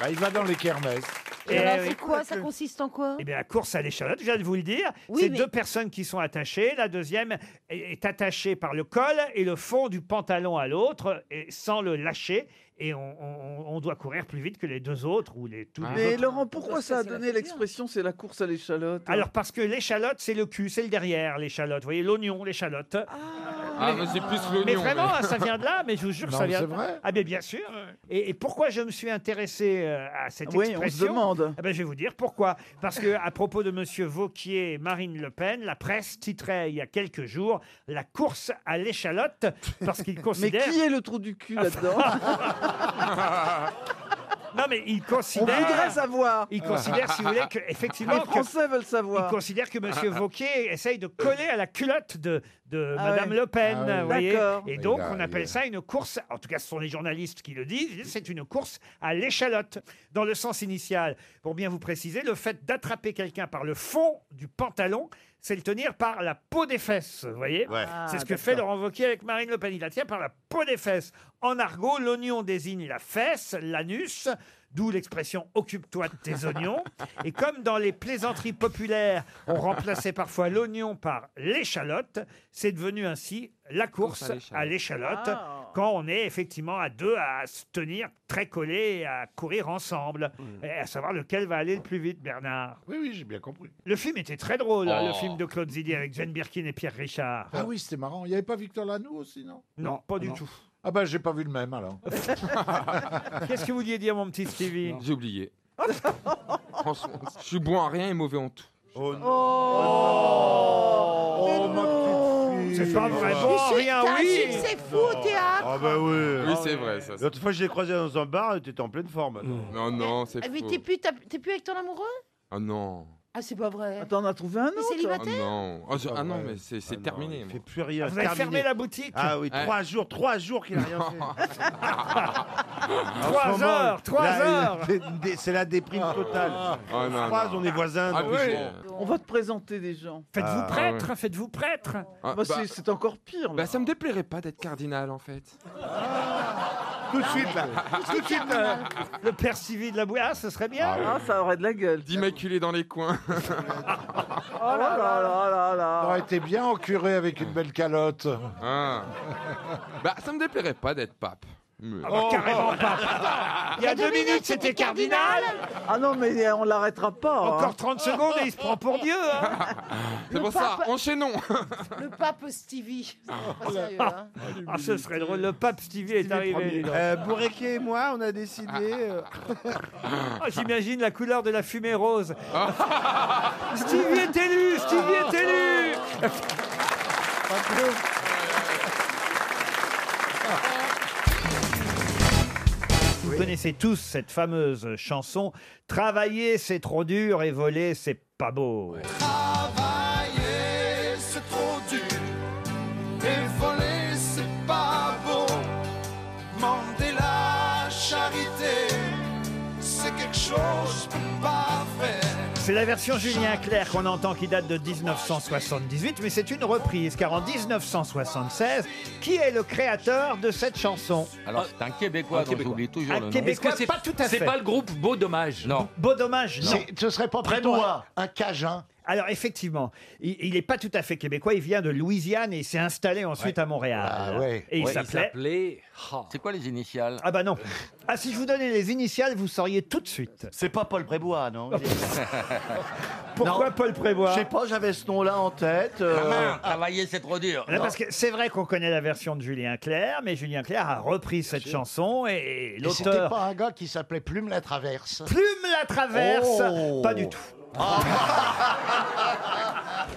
il va dans les kermesses. Eh Et ben, alors, c'est quoi Ça consiste en quoi Eh bien, la course à l'échalote, je viens de vous le dire, Oui, c'est mais- deux personnes qui sont attachées. La deuxième est- est attachée par le col et le fond du pantalon à l'autre, et sans le lâcher. Et on, on- on doit courir plus vite que les deux autres ou les tous les Mais autres. Laurent, pourquoi ça a donné l'expression c'est la course à l'échalote hein Alors parce que l'échalote, c'est le cul, c'est le derrière, l'échalote. Vous voyez, l'oignon, l'échalote. Ah mais c'est plus l'oignon. Mais vraiment, hein, ça vient de là, mais je vous jure, Non, ça mais vient c'est de vrai. Ah bien, bien sûr. Et, et pourquoi je me suis intéressé euh, à cette Oui, on se expression demande. Ah ben, je vais vous dire pourquoi. Parce que à propos de Monsieur Vauquier et Marine Le Pen, la presse titrait il y a quelques jours la course à l'échalote parce qu'il Mais considère. qui est le trou du cul là-dedans Non mais il considère. On voudrait savoir. Il considère, si vous voulez, que effectivement. Les que- Français veulent savoir. Il considère que Monsieur Vauquier essaye de coller à la culotte de, de Ah Madame ouais. Le Pen. Ah oui. vous voyez. D'accord. et donc, Il a- on appelle ça une course, en tout cas, ce sont les journalistes qui le disent, c'est une course à l'échalote. Dans le sens initial, pour bien vous préciser, le fait d'attraper quelqu'un par le fond du pantalon, c'est le tenir par la peau des fesses, vous voyez Ah, C'est ce que fait d'accord. Laurent Wauquiez avec Marine Le Pen. Il la tient par la peau des fesses. En argot, l'oignon désigne la fesse, l'anus, d'où l'expression « occupe-toi de tes oignons ». Et comme dans les plaisanteries populaires, on remplaçait parfois l'oignon par l'échalote, c'est devenu ainsi la course à l'échalote, quand on est effectivement à deux à se tenir très collés et à courir ensemble, et à savoir lequel va aller le plus vite, Bernard. Oui, oui, j'ai bien compris. Le film était très drôle, hein, le Oh. film de Claude Zidi avec Jane Birkin et Pierre Richard. Ah oui, c'était marrant. Il n'y avait pas Victor Lanoux aussi, non Non, pas du non. tout. Ah bah j'ai pas vu le même alors. Qu'est-ce que vous vouliez dire, mon petit Stevie J'ai oublié. Franchement, je suis bon à rien et mauvais en tout. Oh non. Oh, C'est pas vrai. Bon, rien, oui. C'est fou Oh, au théâtre Ah bah oui. Oui, c'est vrai ça. L'autre fois, je l'ai croisé dans un bar, il était en pleine forme. Non non, c'est Ah, Mais faux. t'es plus, t'as- t'es plus avec ton amoureux Ah non. Ah, c'est pas vrai. Attends, on a trouvé un T'es autre. célibataire non. Ah, je- ah non, mais c'est c'est terminé. Il fait plus rien. Vous avez fermé la boutique Ah oui, Eh. Ouais. trois jours, trois jours qu'il a rien fait. Trois heures, trois là, heures. c'est- C'est la déprime totale. Oh, non, on se croise, non. on est voisins. Ah donc oui. ils On va te présenter des gens. Faites-vous Ah, prêtre, ouais. faites-vous prêtre. Ah, Bah, bah- c'est- C'est encore pire. Bah, ça me déplairait pas d'être cardinal en fait. Ah. Tout de suite là. Tout de suite, euh, le père civil de la bouille. Ah, ce serait bien. Ah, ouais. ça aurait de la gueule. D'immaculé dans les coins. Oh là là là là là. Ça aurait été bien en curé avec une belle calotte. Ah. Bah, ça me déplairait pas d'être pape. Mais- bah, carrément pas. Il y a deux minutes, c'était cardinal. Ah non, mais euh, on l'arrêtera pas. Encore 30 secondes et il se prend pour Dieu. hein. C'est pour ça, pape- enchaînons. Le pape Stevie. C'est Oh pas sérieux, hein. Ah, ce serait drôle. Le pape Stevie est arrivé. Euh, Bourréquier et moi, on a décidé. euh, Ah, J'imagine la couleur de la fumée rose. Stevie est élu Stevie est élu Vous connaissez tous cette fameuse chanson Travailler c'est trop dur et voler c'est pas beau. Travailler, c'est trop dur. Et voler, c'est pas beau. Mander la charité, c'est quelque chose que pas faire. C'est la version Julien Clerc qu'on entend qui date de 1978, mais c'est une reprise car en 1976, qui est le créateur de cette chanson Alors, c'est un Québécois dont j'oublie toujours Un le nom. Québécois, pas tout à fait. C'est pas le groupe Beau Dommage. Non. Beau dommage, non. C'est- Ce serait pas plutôt un, un cajun. Alors effectivement, il n'est pas tout à fait québécois, il vient de Louisiane et il s'est installé ensuite à Montréal. Ah, Ah, Et il Ouais, s'appelait... C'est quoi les initiales Ah bah non. Ah si je vous donnais les initiales, vous sauriez tout de suite. C'est pas Paul Prébois, non Pourquoi Paul Prébois Je sais pas, j'avais ce nom-là en tête. euh, Ah, Travailler, c'est trop dur. Là, parce que c'est vrai qu'on connaît la version de Julien Clerc, mais Julien Clerc a repris cette chanson et, et Et c'était l'auteur pas un gars qui s'appelait Plume la Traverse. Plume la traverse. Oh. Pas du tout.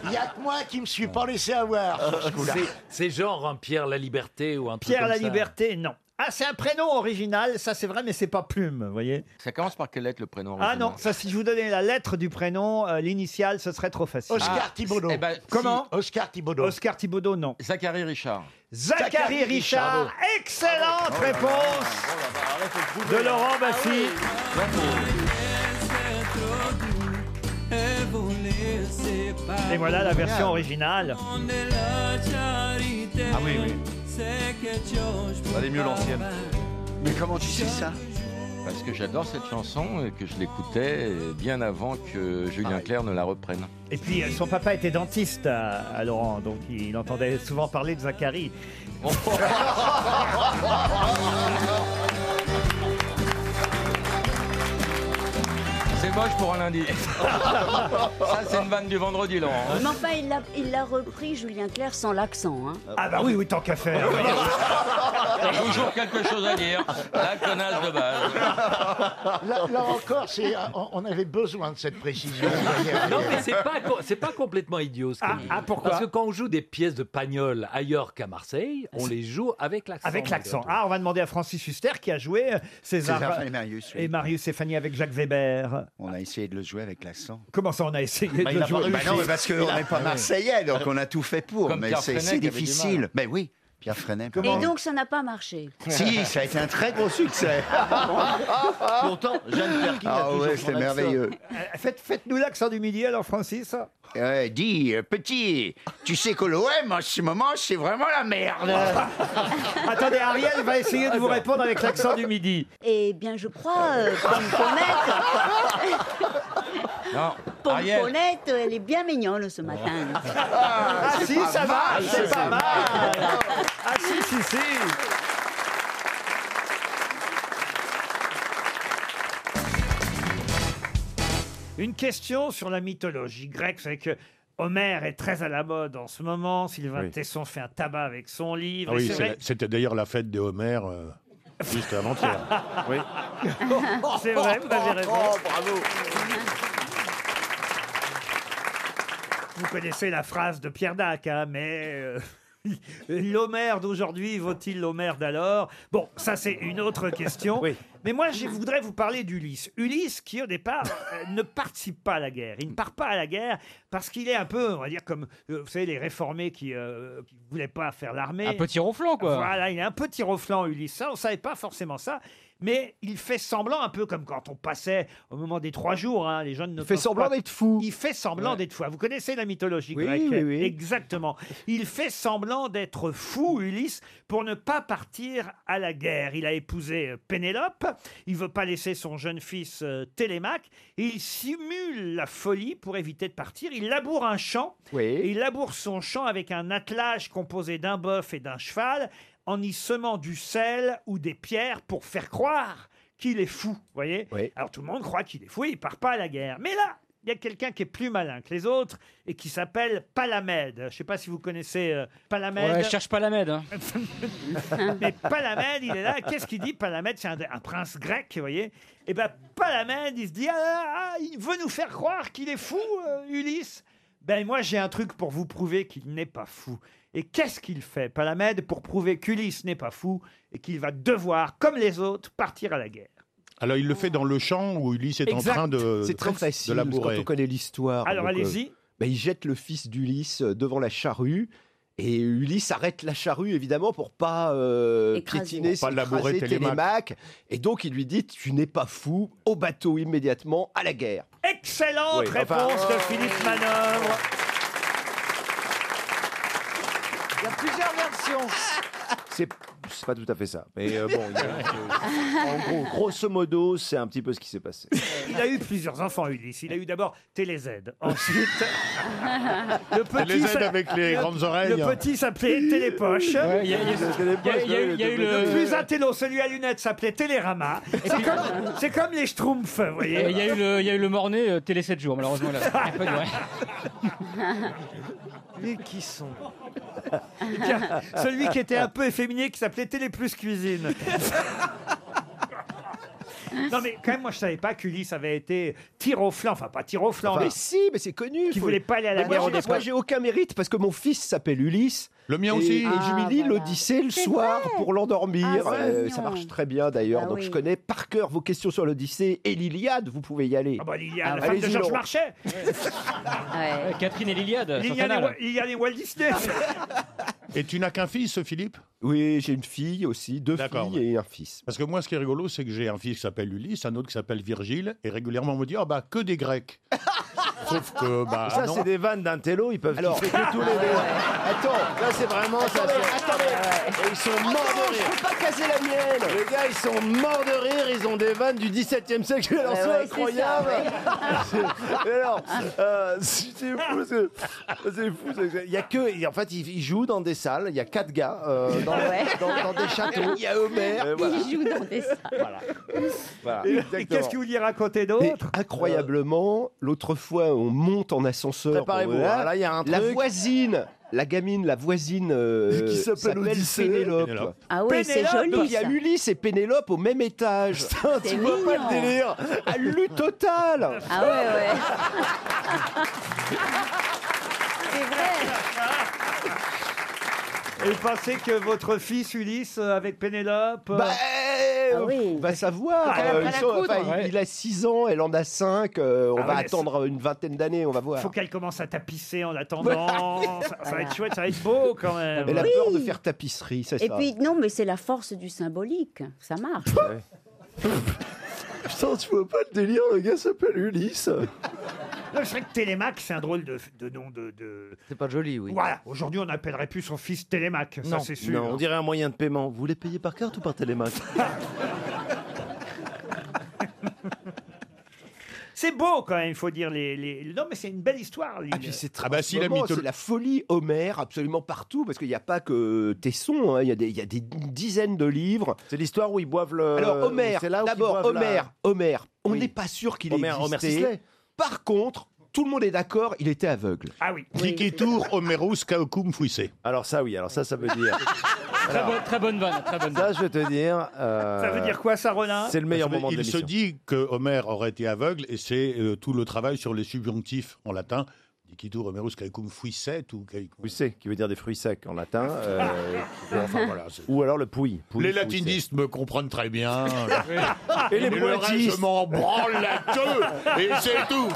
Il y a que moi qui me suis pas laissé avoir sur ce coup-là. Euh, C'est- C'est genre un Pierre la Liberté ou un truc Pierre Ah, comme la ça. Liberté, non. Ah c'est un prénom original, ça c'est vrai, mais c'est pas Plume, vous voyez. Ça commence par quelle lettre le prénom Ah original non, ça si je vous donnais la lettre du prénom, euh, l'initiale, ce serait trop facile. Oscar Ah, Thibodeau. eh ben, Comment Oscar Thibodeau. Oscar Thibodeau, non. Zachary Richard. Zachary, Zachary Richard, Richard. excellente Oh réponse de Laurent Baffy. Ah. Et voilà la version originale. Ah oui, oui. Allez mieux l'ancienne. Mais comment tu sais ça Parce que j'adore cette chanson et que je l'écoutais bien avant que Ah. Julien Clerc ne la reprenne. Et puis euh, son papa était dentiste à, à Laurent, donc il entendait souvent parler de Zachary. C'est moche pour un lundi. ça, c'est une vanne du vendredi, Laurent. Ah. hein. Mais enfin, il l'a- il l'a repris, Julien Clerc, sans l'accent. hein. Ah bah oui, oui, tant qu'à faire. Toujours quelque chose à dire. La connasse de base. Là, là encore, c'est, euh, on on avait besoin de cette précision. Non, mais c'est pas, co- c'est pas complètement idiot ce qu'elle Ah, dit. ah, pourquoi Parce que quand on joue des pièces de Pagnol ailleurs qu'à Marseille, on les joue avec l'accent. Avec l'accent. Ah, on va demander à Francis Huster qui a joué euh, César, César et Marius, oui. et Marius et Fanny avec Jacques Weber. On a essayé de le jouer avec l'accent. Comment ça, on a essayé Bah, de il a le pas jouer réussi. Bah non, mais parce qu'on n'est pas marseillais, donc on a tout fait pour. Comme mais Pierre c'est Freinet c'est qui avait du mal. difficile. Mais oui, Pierre Freinet. Et donc, ça n'a pas marché. Si, ça a été un très gros succès. Pourtant, Jeanne Perkin a Ah toujours ouais, son c'était accent. merveilleux. Euh, faites- Faites-nous l'accent du midi alors, Francis. Ouais, dis, euh, petit, tu sais que l'OM en ce moment, c'est vraiment la merde. Attendez, Ariel va essayer de vous répondre avec l'accent du midi. Eh bien, je crois, euh, Pomme Pommette, Non, Pomme Ariel. Pommette, elle est bien mignonne ce matin. Ah si, ça va, c'est pas mal. Ah si, si, si. Une question sur la mythologie grecque, c'est que Homère est très à la mode en ce moment. Sylvain Oui. Tesson fait un tabac avec son livre. Ah Et oui, c'est c'est- vrai- c'était d'ailleurs la fête de Homer euh, juste avant-hier. oui. c'est vrai, vous avez raison. bravo. Vous connaissez la phrase de Pierre Dac, hein, mais euh, l'Homère d'aujourd'hui vaut-il l'Homère d'alors Bon, ça c'est une autre question. Mais moi, je voudrais vous parler d'Ulysse. Ulysse, qui au départ euh, ne participe pas à la guerre. Il ne part pas à la guerre parce qu'il est un peu, on va dire, comme, euh, vous savez, les réformés qui ne voulaient pas faire l'armée. Un peu tiroflant, quoi. Voilà, il est un peu tiroflant, Ulysse. Ça, on ne savait pas forcément ça. Mais il fait semblant, un peu comme quand on passait au moment des trois jours, hein, les jeunes ne Il fait pensent semblant pas- d'être fou. Il fait semblant Ouais. d'être fou. Ah, Vous connaissez la mythologie Oui, grecque oui, oui. Exactement. Il fait semblant d'être fou, Ulysse, pour ne pas partir à la guerre. Il a épousé euh, Pénélope. Il veut pas laisser son jeune fils euh, Télémaque. Et il simule la folie pour éviter de partir. Il laboure un champ. Et il laboure son champ avec un attelage composé d'un bœuf et d'un cheval, en y semant du sel ou des pierres pour faire croire qu'il est fou. Vous voyez Alors tout le monde croit qu'il est fou. et Il part pas à la guerre. Mais là, il y a quelqu'un qui est plus malin que les autres et qui s'appelle Palamède. Je ne sais pas si vous connaissez euh, Palamède. Ouais, je cherche pas la med. hein. Mais Palamède, il est là. Qu'est-ce qu'il dit Palamède, c'est un, un prince grec, vous voyez. Et ben Palamède, il se dit ah, ah, ah, il veut nous faire croire qu'il est fou, euh, Ulysse. Ben moi, j'ai un truc pour vous prouver qu'il n'est pas fou. Et qu'est-ce qu'il fait, Palamède, pour prouver qu'Ulysse n'est pas fou et qu'il va devoir, comme les autres, partir à la guerre Alors il le fait dans le champ où Ulysse est Exact. en train de C'est très de facile labourer. quand on connaît l'histoire. Alors, Donc, euh, allez-y. bah, il jette le fils d'Ulysse euh, devant la charrue. Et Ulysse arrête la charrue, évidemment, pour pas euh, Écraser. piétiner, Pour pas labourer écraser Télémaque. Télémaque. Et donc, il lui dit Tu n'es pas fou, au bateau immédiatement, à la guerre. Excellente Oui, enfin- réponse de Philippe Manœuvre. Il y a plusieurs versions. C'est c'est pas tout à fait ça. Mais euh, bon, il y a- en gros, grosso modo, c'est un petit peu ce qui s'est passé. Il a eu plusieurs enfants, Ulysse. Il a eu d'abord TéléZ. Ensuite, le petit. TéléZ s'a- avec les le- grandes oreilles. Le petit s'appelait Télépoche. Ouais, il y a- il y a- il y a- il y a eu le- plus un télo, celui à lunettes s'appelait Télérama. C'est comme, c'est comme les Schtroumpfs, vous voyez. Euh, Il y a eu le, il y a eu le Mornay euh, télé 7 jours, malheureusement. Là. Il y a pas de- ouais. Mais qui sont Tiens, Celui qui était un peu efféminé, qui s'appelait Télé Plus Cuisine. Non mais quand même moi je savais pas qu'Ulysse avait été tir au flanc, enfin pas tir au flanc, mais mais si, mais c'est connu. Qui faut- voulait pas aller à la Mais moi, guerre au j'ai- départ. Moi, j'ai aucun mérite parce que mon fils s'appelle Ulysse. Le mien et- aussi. Et Ah, je lui lis l'Odyssée le soir pour l'endormir. Ah, c'est Euh, mignon. Bah ça marche très bien d'ailleurs. Ah Donc, oui. je connais par cœur vos questions sur l'Odyssée et l'Iliade. Vous pouvez y aller. Ah bah l'Iliade, Ah, la femme de allez-y, Georges Laurent. Marchais Euh, Catherine et Liliade. sur L'Iliade et Canal. Wa- L'Iliade et Walt Disney Et tu n'as qu'un fils, Philippe Oui, j'ai une fille aussi, deux filles et un fils. Parce que moi, ce qui est rigolo, c'est que j'ai un fils qui s'appelle Ulysse, un autre qui s'appelle Virgile, et régulièrement on me dit Ah bah que des Grecs. Sauf que bah ça, non. c'est des vannes d'un télo, ils peuvent Alors- kiffer que tous les deux. Attends, Là, c'est vraiment. ça, Ah, Attendez, c'est- attendez. Ouais. Et ils sont morts de rire. peux pas casser la mienne. Les gars, ils sont morts de rire, ils ont des vannes du 17e siècle, alors Ouais, c'est ouais, incroyable c'est ça, Et alors, euh, c'est fou, c'est- c'est fou. c'est- Il y a que, il- en fait, ils, ils jouent dans des salles, il y a quatre gars euh, dans, Ah Ouais. dans- dans des châteaux. Il y a Homer. Et voilà. Il joue dans des salles. Voilà. Voilà, Et- et exactement. qu'est-ce que vous vouliez raconter d'autre Incroyablement, l'autre fois, on monte en ascenseur. Préparez-vous, on- Ah, hein, là, il y a un La truc. voisine, la gamine, la voisine euh, Qui s'appelle Odyssée. Pénélope. Pénélope. Ah oui, c'est Pénélope, joli, Il y a ça. Ulysse et Pénélope au même étage. C'est vois pas le mignon. délire À l'u total. Ah ouais, ouais. C'est vrai Et vous pensez que votre fils Ulysse euh, avec Pénélope euh, Bah, euh, on va savoir. Faut qu'elle Euh, apprenne ils à sont- coudre. enfin, il, il a 6 ans, elle en a 5. on Ah va ouais, attendre une vingtaine d'années, on va voir. Faut qu'elle commence à tapisser en attendant. ça, ça va être chouette, ça va être beau quand même. Elle a Oui. peur de faire tapisserie, c'est Et ça. puis, non, mais c'est la force du symbolique. Ça marche. Putain, tu vois pas le délire, le gars s'appelle Ulysse. Non, c'est vrai que Télémaque, c'est un drôle de, de nom de. C'est pas joli, oui. Voilà, aujourd'hui on n'appellerait plus son fils Télémaque, ça Non, c'est sûr. non, on dirait un moyen de paiement. Vous voulez payer par carte ou par télémac C'est beau quand même, il faut dire. Les, les- Non, mais c'est une belle histoire. l'île. Ah, puis c'est bah, bah très- en ce moment, c'est la folie Homer absolulement partout parce qu'il n'y a pas que Tesson, hein, il y a des- il y, a des dizaines de livres. C'est l'histoire où ils boivent le. Alors Homer, c'est là où ils d'abord boivent la- Homer, Homer, on Oui. n'est pas sûr qu'il Homer- existait. Homer Sisley. Par contre, tout le monde est d'accord, il était aveugle. Ah oui. Kiketour, Homerus, Kaokum, Fouissé. Alors ça, oui, alors ça, ça veut dire. Très, bonne, très bonne Ah, vanne. Très bonne Ça, je vais te dire. euh, Ça veut dire quoi ça, Ronin C'est le meilleur Parce que moment de Il se l'émission. dit que Homer aurait été aveugle et c'est euh, tout le travail sur les subjonctifs en latin. Liquidu Romerus caecum fuisset ou Ah, caecum- Poussé, qui veut dire des fruits secs en latin. euh, Enfin, voilà, c'est- ou alors le pouille. les latinistes me comprennent très bien. Et les Mais le reste, poétistes. je m'en branle la queue et c'est tout.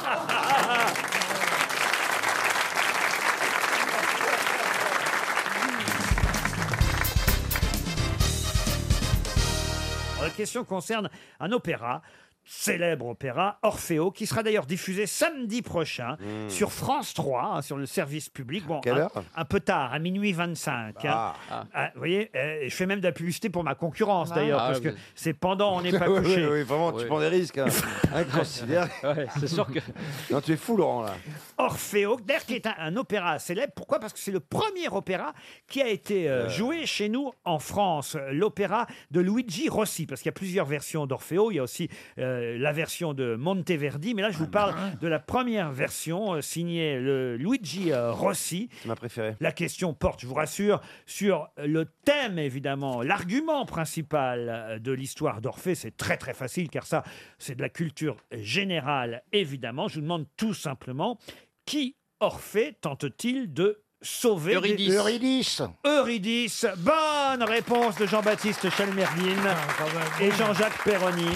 La question concerne un opéra, célèbre opéra, Orfeo, qui sera d'ailleurs diffusé samedi prochain sur France 3, hein, sur le service public. Bon, Hmm. quelle un- heure un, peu tard, à minuit 25. hein. Ah. Ah, vous voyez, euh, je fais même de la publicité pour ma concurrence d'ailleurs, Ah, parce que oui. c'est pendant on n'est pas Oui, couché. oui, oui, vraiment, tu prends des risques. Hein. Inconsidérés. c'est sûr que- Non, tu es fou, Laurent, là. Orfeo, d'ailleurs, qui est un, un opéra célèbre. Pourquoi Parce que c'est le premier opéra qui a été euh, joué chez nous en France. Euh, L'opéra de Luigi Rossi, parce qu'il y a plusieurs versions d'Orfeo. Il y a aussi euh, la version de Monteverdi, mais là, je vous parle de la première version euh, signée le Luigi euh, Rossi. C'est ma préférée. La question porte, je vous rassure, sur le thème, évidemment, l'argument principal euh, de l'histoire d'Orphée. C'est très très facile, car ça, c'est de la culture générale, évidemment. Je vous demande tout simplement, qui Orphée tente-t-il de sauver des- Eurydice. Eurydice. Eurydice. Bonne réponse de Jean-Baptiste Chalmerdine et Jean-Jacques Perroni.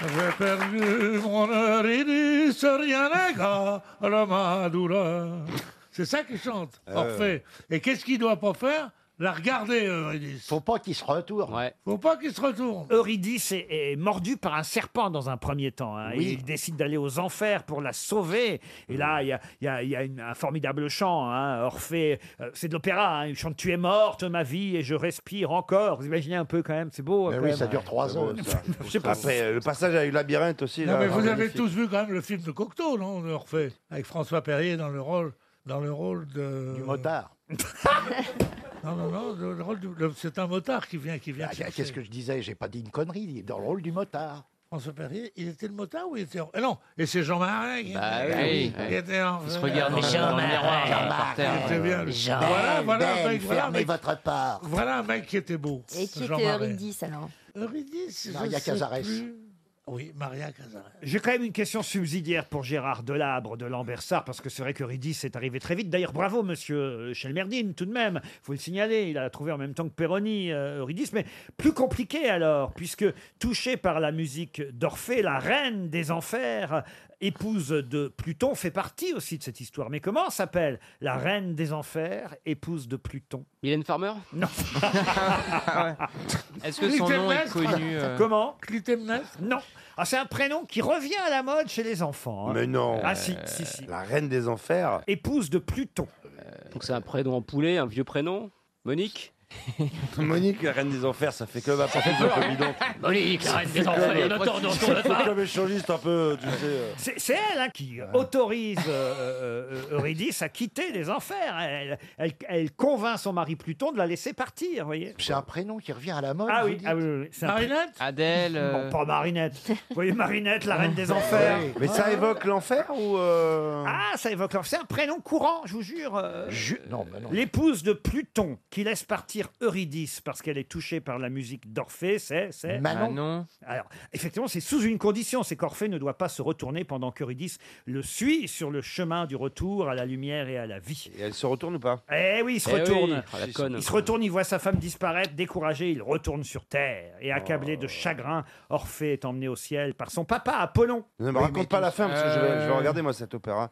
J'ai perdu mon Eurydice, rien n'égale ma douleur. C'est ça qu'il chante, Euh. Orphée. Et qu'est-ce qu'il doit pas faire La regarder, euh, Eurydice. Faut pas qu'il se retourne. Faut pas qu'il se retourne. Eurydice est, est mordu par un serpent dans un premier temps. hein. Oui. Il décide d'aller aux enfers pour la sauver. Et là, il y a, il y a- il y a une- un formidable chant. hein. Orphée, euh, c'est de l'opéra. hein. Il chante Tu es morte, ma vie, et je respire encore. Vous imaginez un peu quand même, c'est beau. Mais quand oui, même. ça dure trois ans, ça. Je sais pas. Après, euh, le passage avec le labyrinthe aussi. Non, là, mais vous magnifique. avez tous vu quand même le film de Cocteau, non, de Orphée, avec François Perrier dans le rôle, dans le rôle de du motard. non, non, non, le- le rôle du- le- c'est un motard qui vient, qui vient. Ah, Qu'est-ce que je disais J'ai pas dit une connerie. Il est dans le rôle du motard. François Perrier, il était le motard ou il était Eh non, et c'est Jean Marais. qui- Bah qui- oui, qui oui. était en- Il se regarde dans le- Jean dans le miroir, Marais, par terre. Il était bien. Jean Voilà, voilà, un Marais, mec, voilà, un fermez mec- votre part. Voilà un mec qui était beau. Et qui Jean était Marais. Eurydice alors Eurydice, je Maria sais Cazares. plus. Oui, Maria Cazares. J'ai quand même une question subsidiaire pour Gérard Delabre de Lambersart, parce que c'est vrai que Ridis est arrivé très vite. D'ailleurs, bravo, monsieur euh, Chelmerdine, tout de même. faut le signaler, il a trouvé en même temps que Perroni, euh, Eurydice. Mais plus compliqué alors, puisque touché par la musique d'Orphée, la reine des enfers, épouse de Pluton, fait partie aussi de cette histoire. Mais comment s'appelle la reine des enfers, épouse de Pluton Hélène Farmer Non. Est-ce que son nom est connu euh, Comment Clytemnestre Non. Ah, c'est un prénom qui revient à la mode chez les enfants. hein. Mais non. Ah si, si, si. La reine des enfers. Épouse de Pluton. Euh, Donc c'est un prénom en poulet, un vieux prénom Monique Monique, la reine des enfers, ça fait comme un peu peur, hein. bidon. Monique, la Ça reine fait des enfers, comme- il y en a tant dans ton Ça fait repas. comme échangiste un peu, tu sais. euh. C'est c'est elle hein, qui autorise euh, euh, euh, Eurydice à quitter les enfers. Elle, elle- elle convainc son mari Pluton de la laisser partir, vous voyez. C'est un prénom qui revient à la mode. Ah vous oui, dites ah oui, oui, oui, c'est un- Adèle. euh Bon, pas Marinette. Vous voyez, Marinette, la reine des enfers. Ouais. Mais ça évoque l'enfer ou. euh? Ah, ça évoque l'enfer. C'est un prénom courant, je vous jure. euh, Non, mais non. L'épouse de Pluton qui laisse partir Eurydice parce qu'elle est touchée par la musique d'Orphée, c'est c'est Manon. Alors effectivement, c'est sous une condition, c'est qu'Orphée ne doit pas se retourner pendant qu'Eurydice le suit sur le chemin du retour à la lumière et à la vie. Et elle se retourne ou pas Eh oui, il se Eh oui. retourne. Oh, la conne. il se retourne, il voit sa femme disparaître, découragé, il retourne sur terre. Et accablé Oh. de chagrin, Orphée est emmené au ciel par son papa Apollon. Ne me raconte pas la fin, parce que je vais, je vais regarder, moi, cet opéra.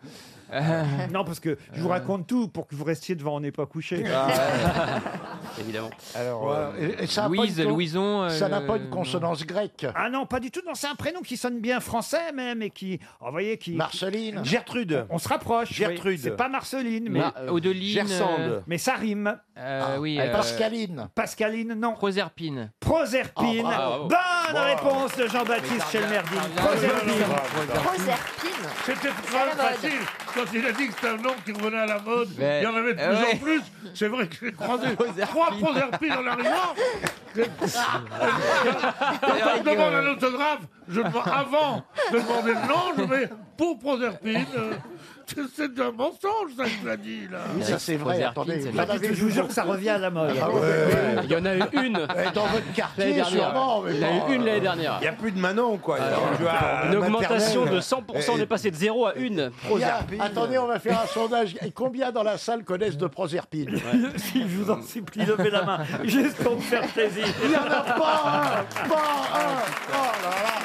Euh. Non, parce que je vous raconte tout pour que vous restiez devant, on n'est pas couché. Ah, Ah, Évidemment. Alors, euh, et- et ça a pas Louise, une con- Louison, euh, ça n'a pas une non. consonance grecque. Ah non, pas du tout. Non, c'est un prénom qui sonne bien français même et qui, oh, vous voyez, qui. Marceline. qui- Gertrude. On, on se rapproche. vous voyez. Gertrude. C'est pas Marceline, mais. Mar- euh, Odeline, Gersande. euh, Mais ça rime. Ah, Euh, oui, euh, Pascaline, non. Proserpine. Proserpine. Ah, Oh, bravo. Bonne Bravo. réponse de Jean-Baptiste Chelmerdine. Proserpine. Proserpine. C'était à pas la mode. facile. Quand il a dit que c'était un nom qui revenait à la mode, Mais- il y en avait de Eh plus ouais. en plus. C'est vrai que j'ai croisé trois Proserpines en arrivant. Quand on me demande un autographe, je demande, avant de demander le nom, je mets pour Proserpine. euh, c'est- C'est un mensonge, ça, que tu as dit, là. Oui, ça, c'est vrai, attendez. Bah, dites- je vous jure que ça revient à la mode. Ah ouais, ouais. Il y en a eu une. Eh, Dans votre L'année quartier, dernière, sûrement. ouais. Il y en a eu euh, une l'année dernière. Il n'y a plus de Manon, quoi. Alors, Tu vois, une la augmentation maternelle. de 100%, on est passé de 0 à 1. Il y a- Attendez, on va faire un sondage. Et Combien dans la salle connaissent de Proserpine Si je vous en supplie, levez la main, juste pour me faire plaisir. Oh Il n'y en a pas un Pas un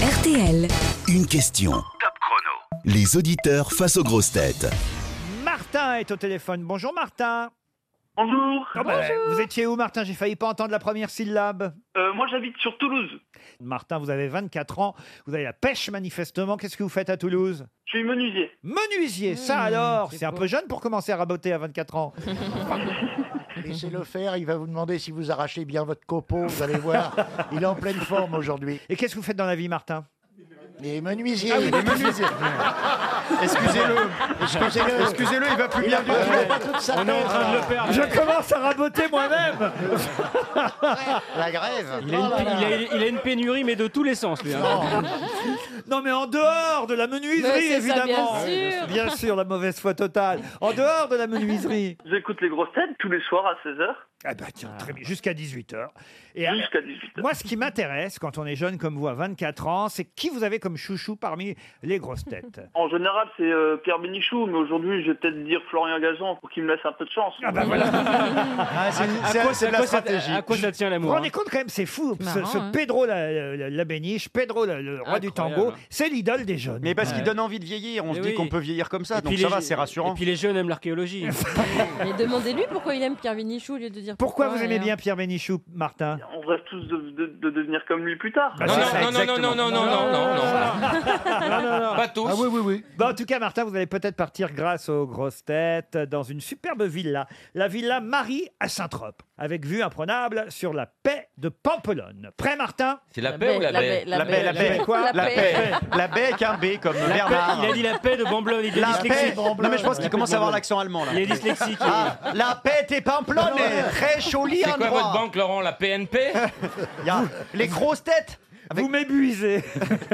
RTL. Une question. Top chrono. Les auditeurs face aux grosses têtes. Martin est au téléphone. Bonjour Martin. Ah bah, Bonjour. vous étiez où Martin J'ai failli pas entendre la première syllabe. Euh, moi, j'habite sur Toulouse. Martin, vous avez 24 ans, vous avez la pêche manifestement. Qu'est-ce que vous faites à Toulouse Je suis menuisier. Menuisier, ça Mmh, alors C'est un peu jeune pour commencer à raboter à 24 ans. Laissez-le faire, il va vous demander si vous arrachez bien votre copeau, vous allez voir. Il est en pleine forme aujourd'hui. Et qu'est-ce que vous faites dans la vie, Martin Il est menuisier. Ah oui, il est menuisier. Excusez-le. Excusez-le. Excusez-le, il va plus bien a du pas- tout. il a pas toute sa On est en tête. train de le perdre. Je commence à raboter moi-même. La grève. Oh Il a, Ah une, il a- il a une pénurie, mais de tous les sens, lui. hein. Non, mais en dehors de la menuiserie, Mais c'est ça, évidemment. bien sûr. Bien sûr, la mauvaise foi totale. En dehors de la menuiserie. J'écoute les grosses têtes tous les soirs à 16h. Ah bah tiens, très bien. Jusqu'à 18h. Et euh, Jusqu'à 18h. moi, ce qui m'intéresse quand on est jeune comme vous à 24 ans, c'est qui vous avez comme chouchou parmi les grosses têtes. En général, c'est euh, Pierre Bénichou, mais aujourd'hui, je vais peut-être dire Florian Gazan pour qu'il me laisse un peu de chance. Ah bah voilà. Ah, À quoi- à quoi ça- À quoi ça tient Vous vous l'amour hein rendez compte quand même, c'est fou. C'est ce marrant, ce hein. Pedro la, la- la Béniche, Pedro la- le roi du Incroyable. tango, c'est l'idole des jeunes. Mais parce qu'il Ouais. donne envie de vieillir, on Eh se dit oui. qu'on peut vieillir comme ça, Et donc puis ça les- va, c'est rassurant. Et puis les jeunes aiment l'archéologie. Mais demandez-lui pourquoi il aime Pierre Vénichou au lieu de dire pourquoi. Pourquoi hein. vous aimez bien Pierre Bénichou, Martin On rêve tous de, de- de devenir comme lui plus tard. Bah, c'est ça, exactement. Pas tous. Ah oui, oui, oui. Bah, en tout cas, Martin, vous allez peut-être partir grâce aux grosses têtes dans une superbe villa, la villa Marie à Saint-Trope, avec vue imprenable sur la paix de Pampelonne. Prêt, Martin C'est la La paix ou baie, la la baie baie, la La baie, baie, la baie, quoi La baie. La baie avec un B comme La paix, Bernard. il a dit la paix de Bamblone, il est La paix. dyslexique. Non mais je pense La qu'il paix commence de à avoir Bamblone. l'accent allemand là. Il est dyslexique. Ah, la paix t'es pamplonne, très jolie C'est endroit. quoi votre banque, Laurent La PNP Il y a les grosses têtes. Vous m'ébuisez.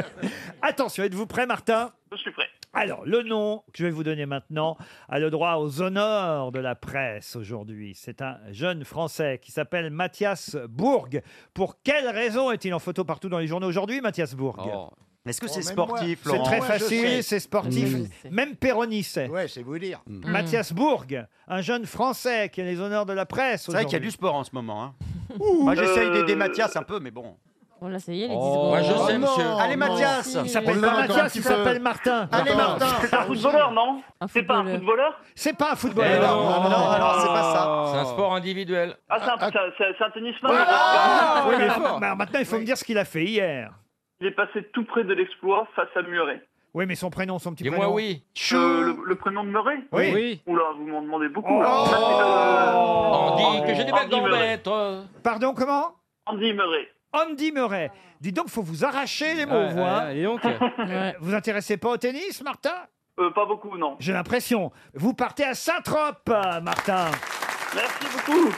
Attention, êtes-vous prêt, Martin Je suis prêt. Alors, le nom que je vais vous donner maintenant a le droit aux honneurs de la presse aujourd'hui. C'est un jeune Français qui s'appelle Mathias Bourg. Pour quelle raison est-il en photo partout dans les journaux aujourd'hui, Mathias Bourg Oh. Est-ce que c'est sportif, C'est Laurent très Moi, je facile, sais. c'est sportif. Mmh. Même Perroni sait. Ouais, c'est vous dire. Mathias Bourg, un jeune Français qui a les honneurs de la presse C'est vrai qu'il y a du aujourd'hui. sport en ce moment. hein. Ouh. Moi j'essaye Euh. d'aider Mathias un peu, mais bon. Bon là ça y est, les 10 Oh, secondes. moi, je sais, monsieur. Oh Allez, Mathias. Si, Il oui. s'appelle On pas l'a encore Mathias, un petit il peu. s'appelle Martin. Allez, Martin. C'est un footballeur, non C'est pas un footballeur C'est pas un Eh footballeur. non, non, non, alors, c'est pas ça. C'est un sport individuel. Ah, c'est un, c'est un- c'est- c'est un tennisman Ah, Oui, oui, il est mais fort. ma- maintenant, il faut me dire ce qu'il a fait hier. Il est passé tout près de l'exploit face à Murray. Oui, mais son prénom, son petit Dis-moi prénom. oui. Euh, le, le prénom de Murray Oui. Oui. Oula, vous m'en demandez beaucoup. Oh. là. Ça, c'est, euh, On dit que j'ai des belles Andy Murray. gambettes. euh. Pardon, comment Andy Murray. Andy Murray. Dis donc, faut vous arracher les mots, Ouais, vous. hein. ouais, dis donc. Euh, vous intéressez pas au tennis, Martin Euh, pas beaucoup, non. J'ai l'impression. Vous partez à Saint-Trope, euh, Martin. Merci beaucoup.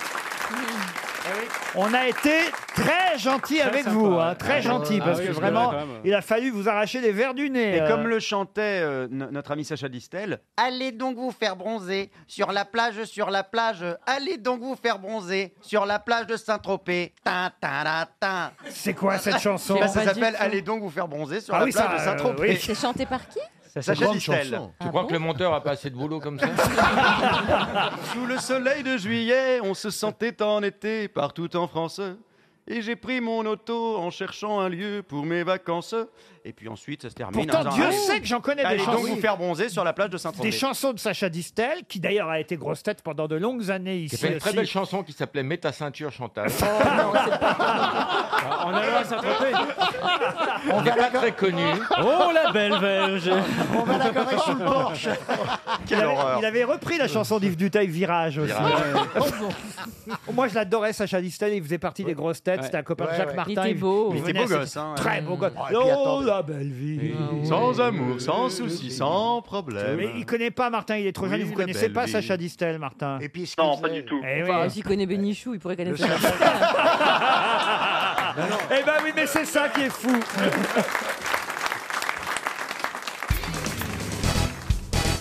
On a été très gentil avec sympa, vous, ouais. hein, très Ah, gentil, ouais. parce Ah oui, que je vraiment, verrais quand même. il a fallu vous arracher les verres du nez. Et euh. comme le chantait euh, no- notre ami Sacha Distel, Allez donc vous faire bronzer sur la plage, sur la plage. Allez donc vous faire bronzer sur la plage de Saint-Tropez. Tin, tin, tin, tin. C'est quoi cette chanson Bah, ça Ah, Pas du s'appelle tout. Allez donc vous faire bronzer sur Ah la oui, plage ça, de euh, Saint-Tropez. Oh. oui. C'est chanté par qui Euh, Sacha Distel. Tu crois que le monteur a pas assez de boulot comme ça Sous le soleil de juillet, on se sentait en été partout en France. Et j'ai pris mon auto en cherchant un lieu pour mes vacances. Et puis ensuite, ça se termine. Pourtant, en disant, Dieu allez, sait que j'en connais des allez chansons. donc vous faire bronzer sur la plage de Saint-Tropez. Des chansons de Sacha Distel, qui d'ailleurs a été grosse tête pendant de longues années ici. Il fait une très aussi. belle chanson qui s'appelait Mets ta ceinture, Chantal. En allant à Saint-Tropez. On n'est pas très connu. Oh la belle verge On va la correr sous le porche. Il avait, il avait repris la chanson d'Yves Duteil, Virage aussi. Euh, Moi, je l'adorais, Sacha Distel. Il faisait partie des grosses têtes. C'était un copain de Ouais, Jacques ouais. Martin. Il était beau. il Il était venait, beau c'était gosse, hein, ouais. Très beau gosse. puis, Oh attendez. Ah, Ah la belle vie. Sans amour, sans souci, sans problème. Mais il connaît pas Martin, il est trop Oui, jeune. Vous la connaissez belle pas vie. Sacha Distel, Martin Eh Et puis, non, pas du tout. Enfin, s'il connaît Bénichou, il pourrait connaître ça. Eh ben oui, mais c'est ça qui est fou.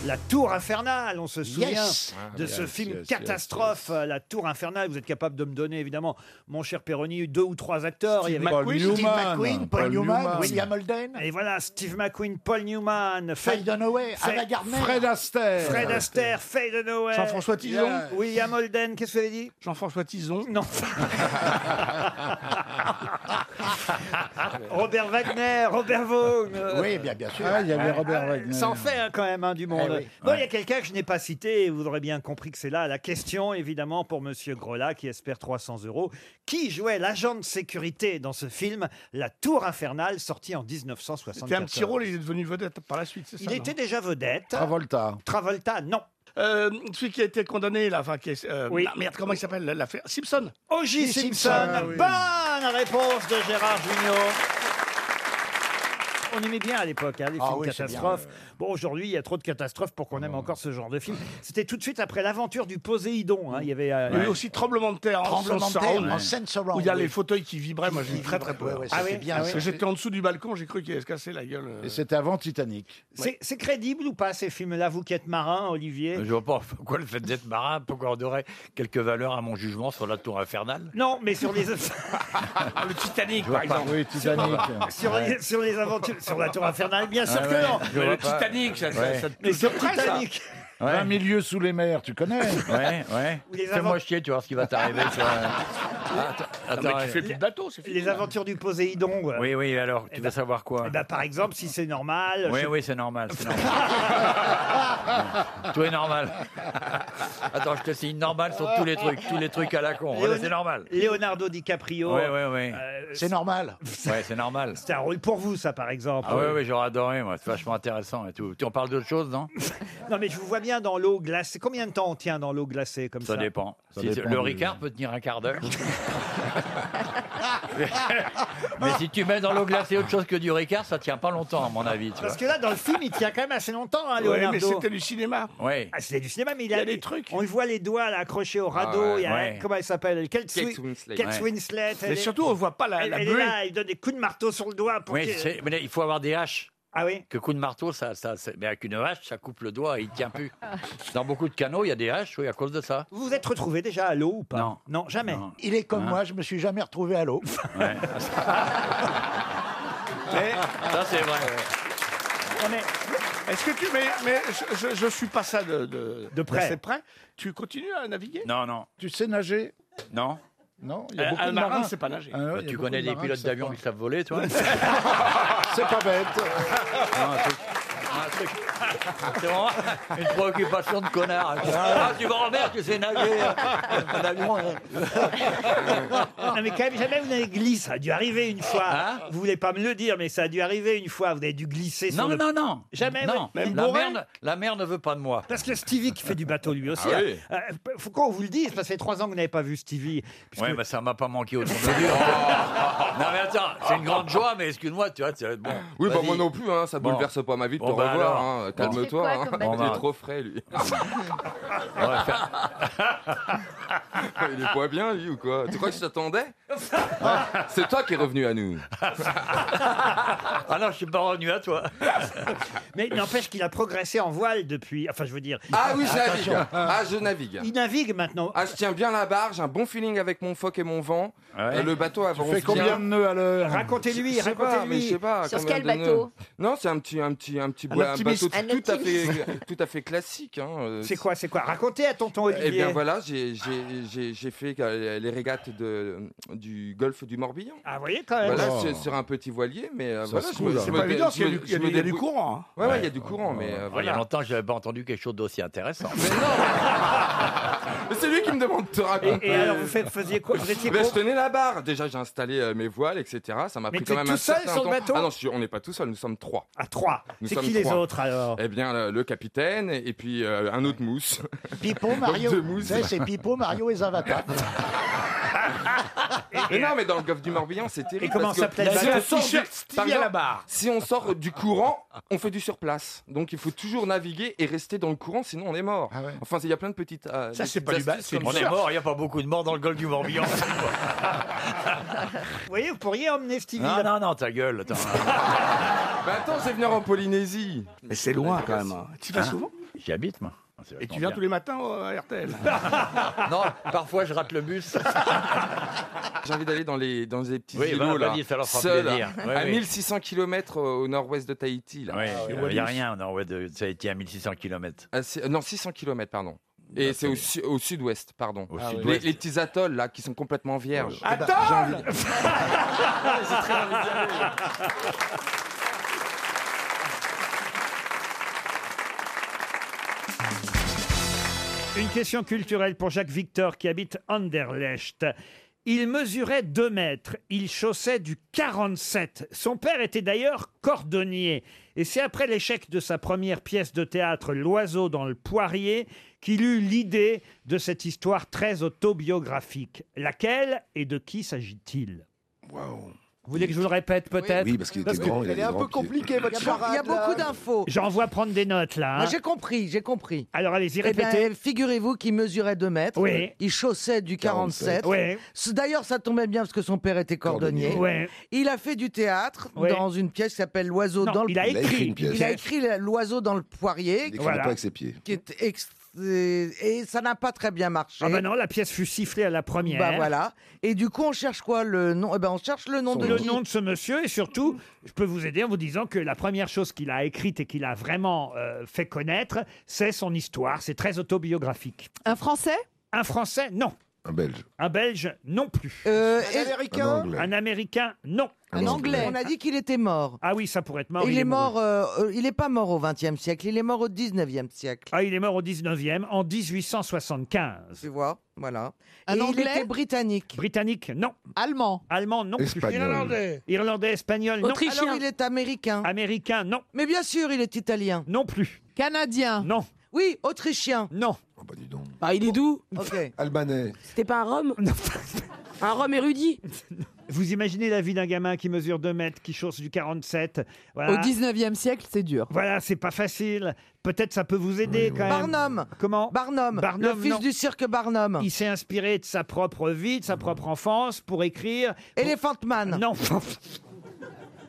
La Tour Infernale, on se souvient Yes. de Ah, ce yes, film yes, yes, catastrophe, euh, La Tour Infernale. Vous êtes capable de me donner, évidemment, mon cher Perroni, deux ou trois acteurs. Steve McQueen, Paul Steve Newman. McQueen, Paul Paul Newman, Newman. William Holden. Et voilà, Steve McQueen, Paul Newman, Faye Dunaway, Anna Gardner. Fred Astaire. Fred Astaire, Faye Dunaway. Jean-François Tison. William Holden, qu'est-ce que vous avez dit Jean-François Tison. Non. Robert Wagner, Robert Vaughan. euh, Oui, bien, bien sûr. Ah, il y avait Robert Wagner. Ça en fait hein, quand même hein, du monde. Eh oui. Bon, il y a quelqu'un que je n'ai pas cité, et vous aurez bien compris que c'est là la question, évidemment, pour Monsieur Grola, qui espère 300 euros. Qui jouait l'agent de sécurité dans ce film, La Tour Infernale, sorti en 1974 C'était un petit rôle, il est devenu vedette par la suite, c'est ça Il non était déjà vedette. Travolta. Travolta, non. Euh, celui qui a été condamné, là, enfin, qui est, euh, Oui. ah, merde, comment il s'appelle l'affaire Simpson. O.J. Simpson. Ah Bonne réponse de Gérard Junior. On aimait bien à l'époque hein, les Ah films oui, c'est catastrophes. Bon, aujourd'hui, il y a trop de catastrophes pour qu'on aime encore ce genre de film. C'était tout de suite après l'aventure du Poséidon. hein, Il y avait. euh, Il y a eu aussi Tremblement de terre Tremblement en de Sense terre, Round, en Sense Round, Où il y a oui. les fauteuils qui vibraient, moi j'ai eu très très peur. ouais, ça, Ah c'est oui bien, Parce ça. que J'étais en dessous du balcon, j'ai cru qu'il allait se casser la gueule. euh. Et c'était avant Titanic. C'est c'est crédible ou pas ces films-là, vous qui êtes marin, Olivier Je vois pas pourquoi le fait d'être marin peut accorderait quelques valeurs à mon jugement sur la tour infernale. Non, mais sur les. Ah, le Titanic, Je vois par pas. exemple. Oui, Titanic. sur, les, sur les aventures, sur la tour infernale, bien sûr Ah que ouais, non. je vois Le pas. Titanic, ça- ça- ça te Mais touche sur de près, ça. Titanic. Un milieu sous les mers, tu connais Ouais, ouais. Ou les Fais-moi avant- chier, tu vois ce qui va t'arriver. tu vois. Ah, Attends, Ah, bah, attends, euh, Les- Les aventures du Poséidon. ouais. Ah, Oui, oui, alors, bah, tu veux savoir quoi Eh ben, par exemple, si c'est normal. Oui, je- oui, c'est normal. c'est normal. Tout est normal. Attends, je te signe normal sur tous les trucs, tous les trucs à la con. Voilà, Léon- c'est normal. Leonardo DiCaprio. Ouais, ouais, ouais. c'est normal. Ouais, c'est normal. C'est un rôle pour vous, ça, par exemple. Ah oui, oui, j'aurais adoré, moi. C'est vachement intéressant et tout. Tu en parles d'autre chose, non Non, mais je vous vois bien dans l'eau glacée. Combien de temps on tient dans l'eau glacée comme ça Ça dépend. Ça Si- dépend le du- Ricard peut tenir un quart d'heure. Mais si tu mets dans l'eau glacée autre chose que du Ricard, ça tient pas longtemps, à mon avis. Tu Parce que vois. là, Ah, dans le film, il tient quand même assez longtemps, hein, Ouais, Leonardo. mais c'était du cinéma. Ouais. Ah, c'était du cinéma, mais il, a des trucs. On le voit les doigts là, accrochés au radeau. Ah ouais, il y a, ouais. Comment elle s'appelle Kate, Kate Swi- Winslet. Kate Ouais. Winslet, Mais elle est- surtout, on voit pas la- elle, la elle est buée. là, il donne des coups de marteau sur le doigt pour Oui, qu'il- c'est- mais il faut avoir des haches. Ah oui Que coup de marteau, ça, ça, c'est- mais avec une hache, ça coupe le doigt et il tient plus. Dans beaucoup de canaux, il y a des haches, oui, à cause de ça. Vous vous êtes retrouvé déjà à l'eau ou pas Non. jamais. Il est comme Hein moi, je me suis jamais retrouvé à l'eau. Ouais. Eh, ça, c'est vrai. Est-ce que tu. Mais, mais je, je, je suis pas ça de, de, De près. C'est près. Tu continues à naviguer Non, non. Tu sais nager Non Euh, Non, il y a beaucoup de marins. Ah ouais, Bah, il y a tu beaucoup de connais des marins pilotes qui savent d'avion pas. qui savent voler, toi C'est pas bête. Non, un truc. un truc. C'est vraiment une préoccupation de connard. Ah, tu vas en mer, tu sais nager. Un avion, hein. non, mais quand même, jamais vous n'avez glissé. Ça a dû arriver une fois. Hein? vous voulez pas me le dire, mais ça a dû arriver une fois. Vous avez dû glisser sur Non, le- non, non. Jamais Non. ouais. la, mer, ne- la mer ne veut pas de moi. Parce que Stevie qui fait du bateau lui aussi. Ah hein. oui. Euh, faut qu'on vous le dise, parce que ça fait trois ans que vous n'avez pas vu Stevie. Oui, mais bah, ça m'a pas manqué autant de dire. non, mais attends, c'est une grande joie, mais excuse-moi, tu vois, c'est bon. Oui, bah vas-y. moi non plus, hein, ça Bon. bouleverse pas ma vie de Bon, te bah revoir. alors. hein, Bon. Calme-toi, Il fait quoi hein. comme bah, bateau il est trop frais lui. On va faire- il est pas bien lui ou quoi Tu crois que je t'attendais Hein C'est toi qui es revenu à nous. Ah non, je suis pas revenu à toi. Mais n'empêche qu'il a progressé en voile depuis. Enfin, je veux dire. Ah oui, je Attention. navigue. Ah, je navigue. Il navigue maintenant. Ah, je tiens bien la barre, j'ai un bon feeling avec mon phoque et mon vent. Euh, Le bateau avance fais combien bien. de nœuds à l'heure Racontez-lui, Je sais pas, racontez-lui. mais je sais pas, Sur combien quel de nœuds. bateau Non, c'est un petit, un petit, un petit Un bois- un optimiste. bateau Un tout, à fait, optimiste. tout à fait classique. hein, euh, C'est quoi, c'est quoi Racontez à tonton Olivier. Eh bien voilà, j'ai- j'ai j'ai- j'ai fait euh, les régates de, du golfe du Morbihan. Ah, vous voyez quand même. Voilà, Oh. sur- sur un petit voilier, mais euh, Ça voilà, se je me, coule, je hein. me C'est pas dé- évident, je parce me- qu'il y a du- je me il y a du débrouille. courant, hein. Ouais, ouais, il y Ouais. a du courant, mais euh, Il y a voilà. longtemps que j'avais pas entendu quelque chose d'aussi intéressant. Mais C'est lui qui me demande de te raconter. Et- et alors, vous faites- faisiez quoi Vous étiez Ben, con- Je tenais la barre. Déjà, j'ai installé euh, mes voiles, etc. Ça m'a Mais pris t'es quand même tout un seul certain sur le temps. bateau Ah non, je suis- on n'est pas tout seul, nous sommes trois. À trois Nous C'est sommes qui les trois. l'autre alors Eh bien, le, le capitaine et puis euh, un autre mousse. Pipo, Mario. Tu sais, c'est Pipo, Mario et Zavata. Ah, Mais euh, non, mais dans le golfe du Morbihan, c'est terrible. Et comment parce que bah, s'appelle la si barre on sort T-shirt du- Stevie par à la exemple, barre. Si on sort du courant, on fait du surplace. Donc il faut toujours naviguer et rester dans le courant, sinon on est mort. Enfin, il y a plein de petites. euh, Ah Ça, des c'est petites pas du astuces bas- c'est comme du ça. surf. Il n'y a pas beaucoup de morts dans le golfe du Morbihan. Vous voyez, vous pourriez emmener Stevie. non, non, non, ta gueule. attends. Mais Bah, attends, c'est venir en Polynésie. Mais c'est loin quand même. hein. Tu y Ah. vas Hein souvent J'y habite, moi. Et tu viens tous les matins euh, à RTL Non, parfois je rate le bus. J'ai envie d'aller dans les, dans les petits Oui, îlots, voilà, là, vas-y, ça leur fera seul, plaisir. Oui, à oui. Ah 1600 km euh, au nord-ouest de Tahiti. Là. Ah Il n'y a rien, non, ouais, de, ça a été à 1600 km. Ah, c'est- euh, non, 600 km, pardon. Et c'est au, su- au sud-ouest, pardon. Bah, Au Ah, sud-ouest. les, les petits atolls, là, qui sont complètement vierges. Attends J'ai envie de- Ah, Une question culturelle pour Jacques Victor qui habite Anderlecht. Il mesurait 2 mètres, il chaussait du 47. Son père était d'ailleurs cordonnier. Et c'est après l'échec de sa première pièce de théâtre, L'oiseau dans le poirier, qu'il eut l'idée de cette histoire très autobiographique. Laquelle et de qui s'agit-il Vous voulez que je vous le répète peut-être Oui, parce qu'il était grand, il avait grand pied. compliquée, votre Il y a beaucoup- il y a charade, là. beaucoup d'infos. J'en vois prendre des notes là. Moi, hein. j'ai compris, j'ai compris. Alors allez-y, Eh bien, répétez. Figurez-vous qu'il mesurait 2 mètres. Oui. Il chaussait du 47. 47. Ouais. Ce- D'ailleurs, ça tombait bien parce que son père était cordonnier. Ouais. Il a fait du théâtre Ouais. dans une pièce qui s'appelle L'oiseau Non, dans le il a écrit Il a écrit une pièce. Il a écrit la- L'oiseau dans le poirier. Il écrivait Voilà. pas avec ses pieds. Qui est ex- Et ça n'a pas très bien marché. Ah bah non, la pièce fut sifflée à la première. Bah voilà. Et du coup, on cherche quoi le nom Eh ben, on cherche le nom de le qui nom de ce monsieur et surtout, je peux vous aider en vous disant que la première chose qu'il a écrite et qu'il a vraiment euh, fait connaître, c'est son histoire. C'est très autobiographique. Un Français Un Français, non. Ah, Un Belge. Un Belge, non plus. Un Américain Euh, Un Anglais. Un Américain, non. Un Anglais. On a dit qu'il était mort. Ah oui, ça pourrait être mort. il, est mort. mouru. euh, euh, il n'est pas mort au XXe siècle. Il est mort au XIXe siècle. Ah, il est mort au 19e, en 1875. Tu vois, voilà. Un Et Anglais il était britannique. Britannique, non. Allemand. Allemand, non. plus. Espagnol. Irlandais. Irlandais, espagnol, non. Autrichien. Alors il est américain. Américain, non. Mais bien sûr, il est italien. Non plus. Canadien. Non. Oui, autrichien. Non. Ah, il est doux. Ok. Albanais. C'était pas un Rome Un Rome érudit Vous imaginez la vie d'un gamin qui mesure 2 mètres, qui chausse du 47. Voilà. Au 19e siècle, c'est dur. Voilà, c'est pas facile. Peut-être ça peut vous aider quand même. Barnum. Comment Barnum. Barnum, Le fils non. du cirque Barnum. Il s'est inspiré de sa propre vie, de sa propre enfance pour écrire. Elephant Man. Non.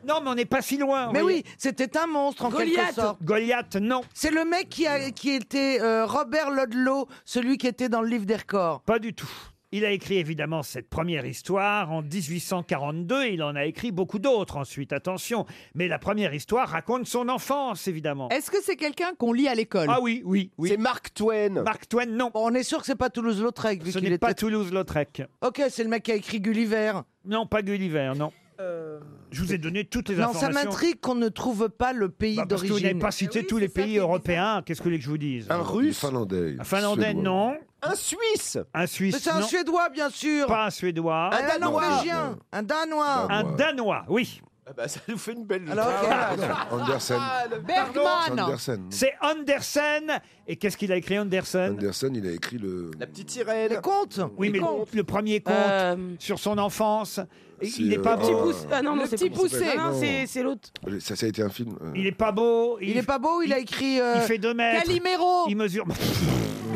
non, mais on n'est pas si loin. vous Mais voyez. oui, c'était un monstre en quelque sorte. Goliath, non. C'est le mec qui, a, qui était euh, Robert Ludlow, celui qui était dans le livre des records. Pas du tout. Il a écrit évidemment cette première histoire en 1842. Il en a écrit beaucoup d'autres ensuite, attention. Mais la première histoire raconte son enfance, évidemment. Est-ce que c'est quelqu'un qu'on lit à l'école Ah oui, oui, oui. C'est Mark Twain. Mark Twain, non. on est sûr que c'est pas Toulouse-Lautrec. vu Ce qu'il n'est pas était- Toulouse-Lautrec. Ok, c'est le mec qui a écrit Gulliver. Non, pas Gulliver, non. Euh, Je vous ai donné toutes les Non, ça informations. m'intrigue qu'on ne trouve pas le pays Bah, parce que vous n'avez d'origine. pas Eh cité tous les pays européens. Qu'est-ce que vous voulez que je vous dise Un Russe. Finlandais. Un Finlandais, Suédois. non. Un Suisse Un Suisse, Mais c'est un non. Suédois, bien sûr Pas un Suédois. Un, Norvégien Un Danois Un Ah, Danois, oui. Ah bah, ça nous fait une belle Ah, Ah, Alors, ok. Andersen. C'est Andersen. C'est Andersen. Et qu'est-ce qu'il a écrit, Andersen Andersen, il a écrit le. La petite sirène. Les contes Oui, mais le, le premier conte sur son enfance. Et Euh, C'est, Il n'est pas euh, beau. Petit pouce- ah non, non, Le c'est petit pas- poussé. Non, non, c'est- l'autre. Ça, ça a été un film. euh, Il n'est pas beau. Il n'est pas beau, il a écrit... Il euh, fait 2 mètres. Calimero Il mesure.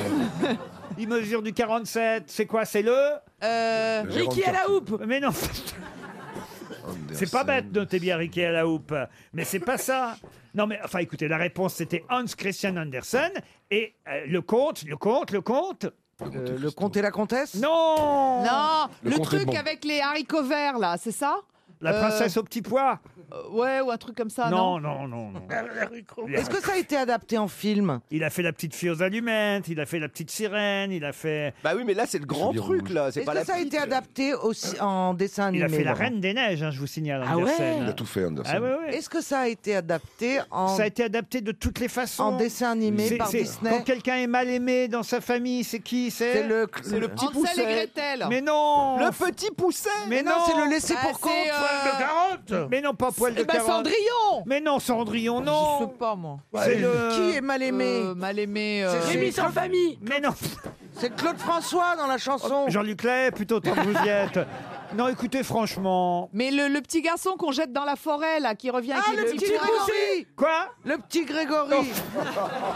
il mesure du 47. C'est quoi C'est le Euh, Le Jérôme Ricky à la houppe Mais non. C'est pas bête, notez bien Ricky à la houppe. Mais c'est pas ça. Non, mais enfin, écoutez, la réponse c'était Hans Christian Andersen et euh, le comte, le comte, le comte. euh, le comte et la comtesse Non Non, Le le, compte est truc bon. avec les haricots verts, là, c'est ça La Euh, princesse au petit pois. euh, Ouais, ou un truc comme ça, non non, non, non, non. Est-ce que ça a été adapté en film Il a fait la petite fille aux allumettes, il a fait la petite sirène, il a fait. Bah oui, mais là, c'est le grand truc, là. C'est Est-ce pas que la ça a petite. été adapté aussi en dessin Il animé a fait la Laurent reine des neiges, hein, je vous signale. Ah ouais Andersen. Il a tout fait, Andersen. Ah ouais, ouais. Est-ce que ça a été adapté en... Ça a été adapté de toutes les façons. En dessin animé C'est- par c'est- Disney. Quand quelqu'un est mal aimé dans sa famille, c'est qui C'est C'est le- C'est le petit Hansel et pousset. Gretel. Mais non Le petit pousset Mais non, c'est le laisser Ah, pour c'est, compte euh, Mais non, pas poil de Eh ben, carotte. Cendrillon Mais non, Cendrillon, Je non sais pas, moi. C'est le- Qui est mal aimé Euh, Mal aimé. C'est euh, Rémi sans famille. Mais non. C'est Claude François dans la chanson. Jean-Luc Lay, plutôt tant que vous y êtes. Non, écoutez, franchement. Mais le, le petit garçon qu'on jette dans la forêt, là, qui revient Ah, avec le petit Grégory Quoi Le petit Grégory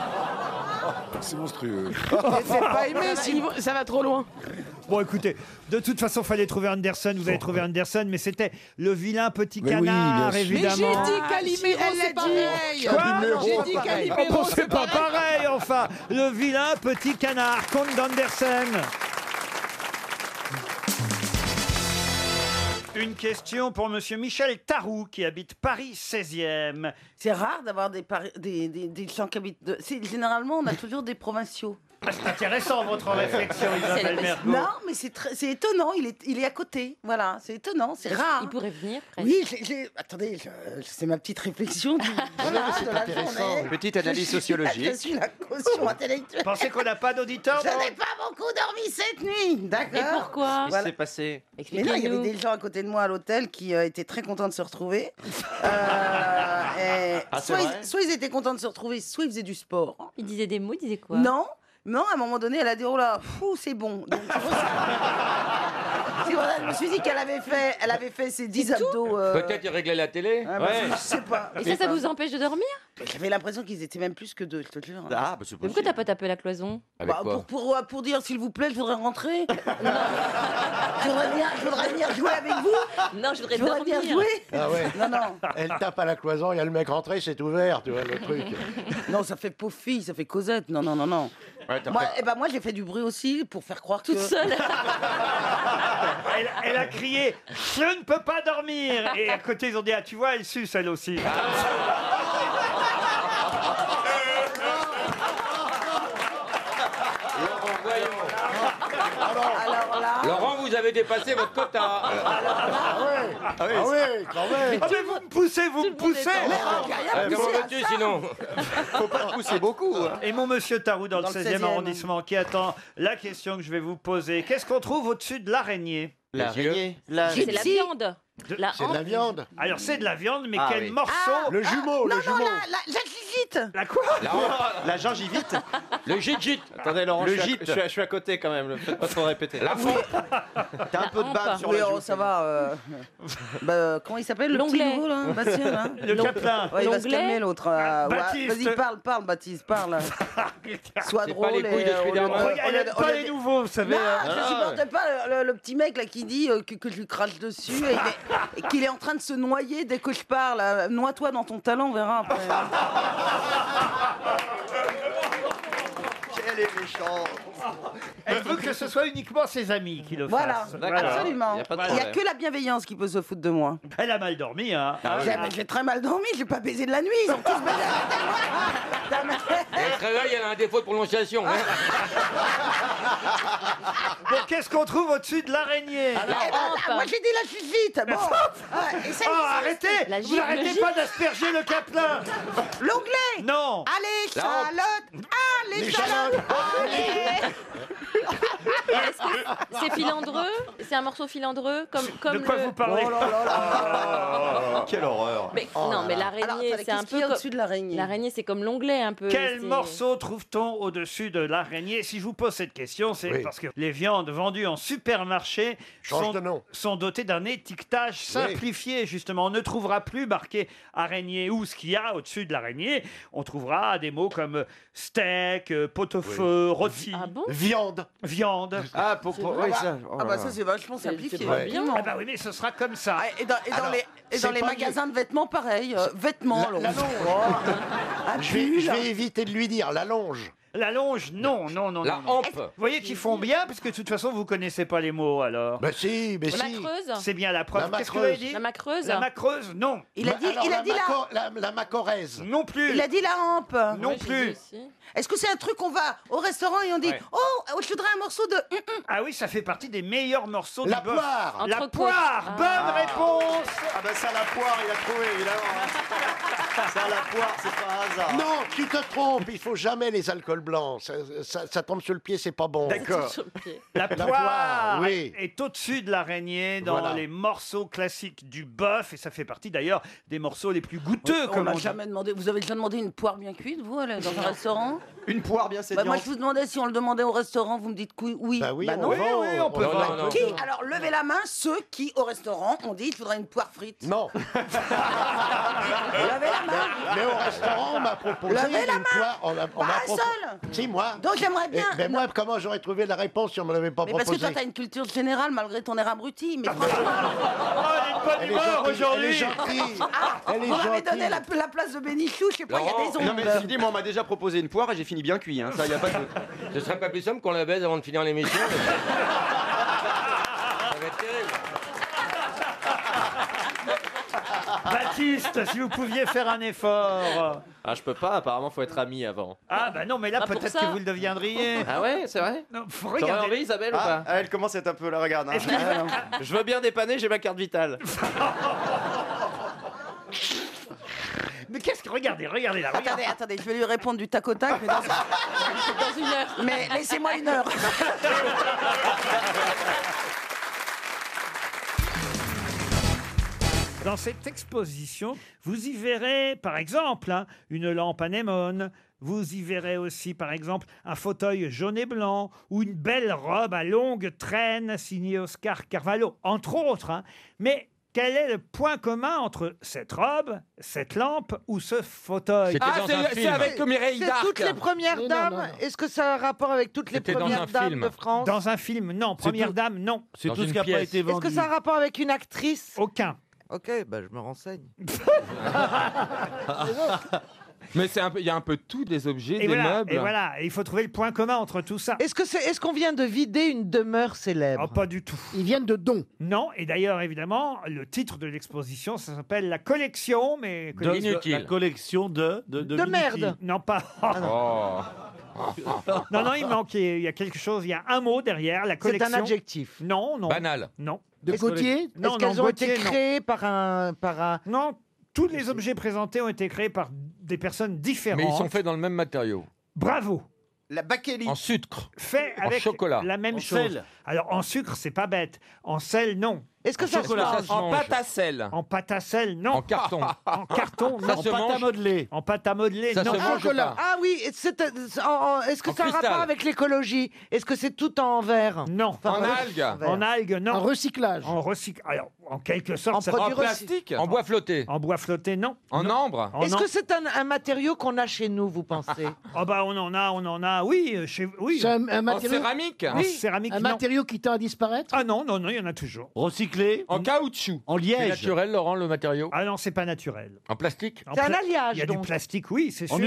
C'est monstrueux. Ah, bah, ça va trop loin. Oh. Bon, écoutez, de toute façon, fallait trouver Anderson. Vous avez trouvé Anderson, mais c'était le vilain petit Mais oui, canard, bien sûr. Mais j'ai évidemment. Ah, dit Calimero, elle l'a c'est dit. pareil Ah, Quoi J'ai dit Oh, bon, Calimero, c'est pas pareil, enfin Le vilain petit canard, conte d'Andersen Une question pour Monsieur Michel Tarou qui habite Paris 16e. C'est rare d'avoir des, pari- des, des, des gens qui habitent. de- c'est- Généralement, on a toujours des provinciaux. C'est intéressant votre réflexion, Isabelle Mergo. Non, mais c'est très- c'est étonnant. Il est, il est à côté. Voilà, c'est étonnant, c'est rare. Il pourrait venir. Oui, j'ai- j'ai- attendez, je- c'est ma petite réflexion. du- voilà, de la journée. Petite analyse Je suis la- sociologique. Je suis la caution intellectuelle. Pensez qu'on n'a pas d'auditeur Je n'ai pas beaucoup dormi cette nuit, d'accord Et pourquoi Qu'est-ce qui s'est passé Mais non, il y avait Expliquez-nous. des gens à côté de moi à l'hôtel qui euh, étaient très contents de se retrouver. Euh, et Ah, c'est soit, vrai ils, soit ils étaient contents de se retrouver, soit ils faisaient du sport. Ils disaient des mots, ils disaient quoi Non, non, à un moment donné, elle a dit Oh là, fou, c'est bon. Donc, c'est vrai, je me suis dit qu'elle avait fait, elle avait fait ses 10 abdos. euh, Peut-être il réglait la télé ah, bah, Je sais pas. Bah, Et ça, ça vous empêche de dormir J'avais l'impression qu'ils étaient même plus que deux, je te le jure. Ah, bah, c'est Mais pourquoi t'as pas tapé la cloison Bah, pour, pour, euh, pour dire s'il vous plaît, je voudrais rentrer. Non. je, voudrais venir, je voudrais venir jouer avec vous. Non, je voudrais venir dormir. jouer. Ah ouais. Non, non. Elle tape à la cloison, il y a le mec rentré, c'est ouvert, tu vois, le truc. Non, ça fait pauvre fille, ça fait Cosette. Non, non, non, non. Moi, eh ben, moi j'ai fait du bruit aussi pour faire croire Toute que... seule. Ah Elle, elle a crié « Je ne peux pas dormir !» Et à côté, ils ont dit « Ah, tu vois, elle suce, elle aussi. Ah, Ah, Laurent, vous avez dépassé votre quota. Ah oui, quand même. Ah, mais vous me poussez, vous me poussez Ah, Comment vas-tu sinon Faut pas te pousser beaucoup. hein. Et mon monsieur Tarou dans, Dans le le 16e 16e. arrondissement qui attend la question que je vais vous poser. Qu'est-ce qu'on trouve au-dessus de l'araignée L'araignée. C'est de la viande. La C'est de la viande. Alors c'est de la viande, mais Ah quel oui. morceau Le jumeau, le jumeau. La, la gigite La quoi La, la gingivite. Le gigit. Attendez, Laurent, Le je, suis à, gîte. je suis à- je suis à côté quand même. le- Faites pas trop répéter. La T'as un Bah, peu de bave sur Oui, la oh, joue. ça va. euh, bah, euh, comment il s'appelle le petit L'onglet. nouveau là Bastien là Le L'ong- Kaplan. Ouais, il va se L'onglet. calmer l'autre. euh, ouais. Baptiste. Vas-y, parle, parle, Baptiste, parle. Sois C'est drôle. pas les couilles et, de hein. euh, Spider-Man. on- on- Regarde, on- elle aime on- pas on- les nouveaux, vous savez, Non, hein. je Ah, supporte pas le, le- le petit mec là qui dit euh, que, que je lui crache dessus et, il est- et qu'il est en train de se noyer dès que je parle. Euh, Noie-toi dans ton talent, on verra après. Elle est méchante. Elle veut que ce soit uniquement ses amis qui le Voilà, fassent. absolument. Il Il n'y a que la bienveillance qui peut se foutre de moi. Elle a mal dormi, hein. Ah J'ai j'ai très mal dormi, j'ai pas baisé de la nuit, ils ont tous baisé. Putain, mais- Elle se réveille, elle a un défaut de prononciation. hein. Ah. Bon, qu'est-ce qu'on trouve au-dessus de l'araignée Eh ben, là, moi j'ai dit la gigite. Bon. Ah, et ça, Oh, ils- arrêtez La Vous gigite, la arrêtez pas gigite. d'asperger le caplin L'onglet Non Allez, La salope Allez, Ah. Les salope Allez Est-ce que C'est filandreux C'est un morceau filandreux comme, comme De quoi le- vous parlez Oh Oh Quelle horreur. Mais- non, mais Alors, l'araignée, attendez, c'est un qu'est-ce peu. qu'il y a comme- au-dessus de l'araignée L'araignée, c'est comme l'onglet un peu. Quel c'est- morceau trouve-t-on au-dessus de l'araignée Si je vous pose cette question, c'est Oui. parce que les viandes vendues en supermarché Change sont, de nom. sont dotées d'un étiquetage simplifié, justement. On ne trouvera plus marqué araignée ou ce qu'il y a au-dessus de l'araignée. On trouvera des mots comme steak, euh, pot-au-feu, rôti. Ah Viande. Viande. Ah, pour. pour- oui, ça. oh Ah là bah là. ça c'est vachement simplifié. vrai. évidemment. Ah bah oui, mais ce sera comme ça. Ah, Et dans, et dans Alors, les, et c'est dans les pas magasins de vêtements, pareil. euh, vêtements, Oh. alors. l'allonge. Je vais, je vais éviter de lui dire la longe. Ah, La longe, non, non, non. La non, non. hampe. Vous voyez qu'ils font bien, parce que de toute façon, vous connaissez pas les mots, alors. Bah si, mais La si. macreuse C'est bien la preuve. La Qu'est-ce que vous avez macreuse. dit La macreuse La macreuse, non. Il a Bah, dit, alors, il a la, dit la, maco- la, la macorèse. Non plus. il a dit la hampe. Non plus. Est-ce que c'est un truc qu'on va au restaurant et on dit Ouais. Oh, je voudrais un morceau de. hum, hum. Ah oui, ça fait partie des meilleurs morceaux La du bœuf. poire. La Entrecôte. poire. Ah. Bonne réponse. Ah, bah ça, la poire, il a trouvé, évidemment. Ça, la poire, c'est pas un hasard. Non, tu te trompes, il faut jamais les alcools blancs. Ça, ça- ça tombe sur le pied, c'est pas bon. La La poire, poire, oui. est est au-dessus de l'araignée dans Voilà. les morceaux classiques du bœuf et ça fait partie d'ailleurs des morceaux les plus goûteux. On comme m'a dit. jamais demandé. Vous avez déjà demandé une poire bien cuite, vous, à la- dans un restaurant Une poire bien Bah, Moi, je vous demandais si on le demandait au restaurant, vous me dites que oui. Bah oui, on non. vend, Oui, oui, on on peut vend. vendre. Non, non, Qui non. Alors, levez la main ceux qui, au restaurant, ont dit il faudrait une poire frite. Non. levez la main. Ah, Mais au restaurant, on m'a proposé Levez la une poire. On l'a- on Pas m'a un propo- seul. Si, moi. Eh, Donc, j'aimerais bien- Mais moi, comment j'aurais trouvé la réponse si on me l'avait pas Mais parce proposé Ah, que toi, t'as une culture générale malgré ton air abruti. Mais franchement. Elle est gentille, Elle est gentille. Ah, Elle est vous m'avez donné la, gentille. la place de Bénichou, je sais pas, il y a des non, mais ondes. ceci dit, moi, on m'a déjà proposé une poire et j'ai fini bien cuit. Hein. Ça, y a pas de... Ce serait pas plus simple qu'on la baise avant de finir l'émission Baptiste, si vous pouviez faire un effort. Ah, je peux pas, apparemment, faut être ami avant. Ah bah non, mais là Ah, pour peut-être ça. que vous le deviendriez. Ah ouais, c'est vrai Non, faut T'aurais regarder. envie, Isabelle, Ah, ou pas Elle commence à être un peu la hein. regarde. je veux bien dépanner, j'ai ma carte vitale. Mais qu'est-ce que. Regardez, regardez là, Attendez, attendez, je vais lui répondre du tac au tac, mais dans, dans une heure. Mais laissez-moi une heure. Dans cette exposition, vous y verrez, par exemple, hein, une lampe anémone. Vous y verrez aussi, par exemple, un fauteuil jaune et blanc ou une belle robe à longue traîne signée Oscar Carvalho, entre autres. hein. Mais quel est le point commun entre cette robe, cette lampe ou ce fauteuil C'était Ah, dans c'est- un c'est film. avec Mireille C'est Darc. toutes les premières Mais non, non, dames. non. Est-ce que ça a un rapport avec toutes les C'était dans un premières dames film. de France Dans un film, non. Première tout- dame, non. C'est Dans tout ce une qui a pas pièce. été Est-ce que vendu. ça a un rapport avec une actrice Aucun. Ok, bah je me renseigne. Mais c'est un peu- il y a un peu tout, des objets, Et des voilà, meubles. et voilà, et il faut trouver le point commun entre tout ça. Oh, Est-ce que c'est, est-ce qu'on vient de vider une demeure célèbre Pas du tout. Ils viennent de dons. Non, et d'ailleurs, évidemment, le titre de l'exposition, ça s'appelle La collection, mais. De- de- La collection de. De, De Minuti. merde. Non, pas. Ah, Non, non, il manquait. Il y a quelque chose, il y a un mot derrière, la collection. C'est un adjectif. Non, non. Banal. Non. De Gautier Non, Est-ce non, qu'elles ont été Gautier, non. créées par un, par un. Non, tous les objets présentés ont été créés par des personnes différentes. Mais ils sont faits dans le même matériau. Bravo. La bakélite. En sucre. Fait En avec chocolat. la même En chose. sel. Alors en sucre, c'est pas bête. En sel, non. Est-ce que En ça se chocolat. mange Ça se En mange. pâte à sel. En pâte à sel, non. En carton. en carton, non. Ça se mange. modeler. En pâte à modeler, non. ah, voilà. Ah oui, et c'est- c'est- en- en- est-ce que En ça a un cristal. rapport avec l'écologie Est-ce que c'est tout en verre Non. Enfin, en- En algues, non. En recyclage. En recyclage. Alors, en quelque sorte. En ça- produit En plastique recyc- En bois flotté. En bois flotté, non. En ambre. Oh, Est-ce que c'est un, un matériau qu'on a chez nous, vous pensez Ah bah on en a, on en a, oui, euh, chez oui. C'est un- un En matériau- céramique En Oui. céramique, Un matériau qui tend à disparaître Ah non, non, non, il y en a toujours. Recyclé. En caoutchouc. En C'est naturel, Laurent, le matériau Ah non, c'est pas naturel. En plastique En pla- Il y a du plastique, oui, c'est sûr.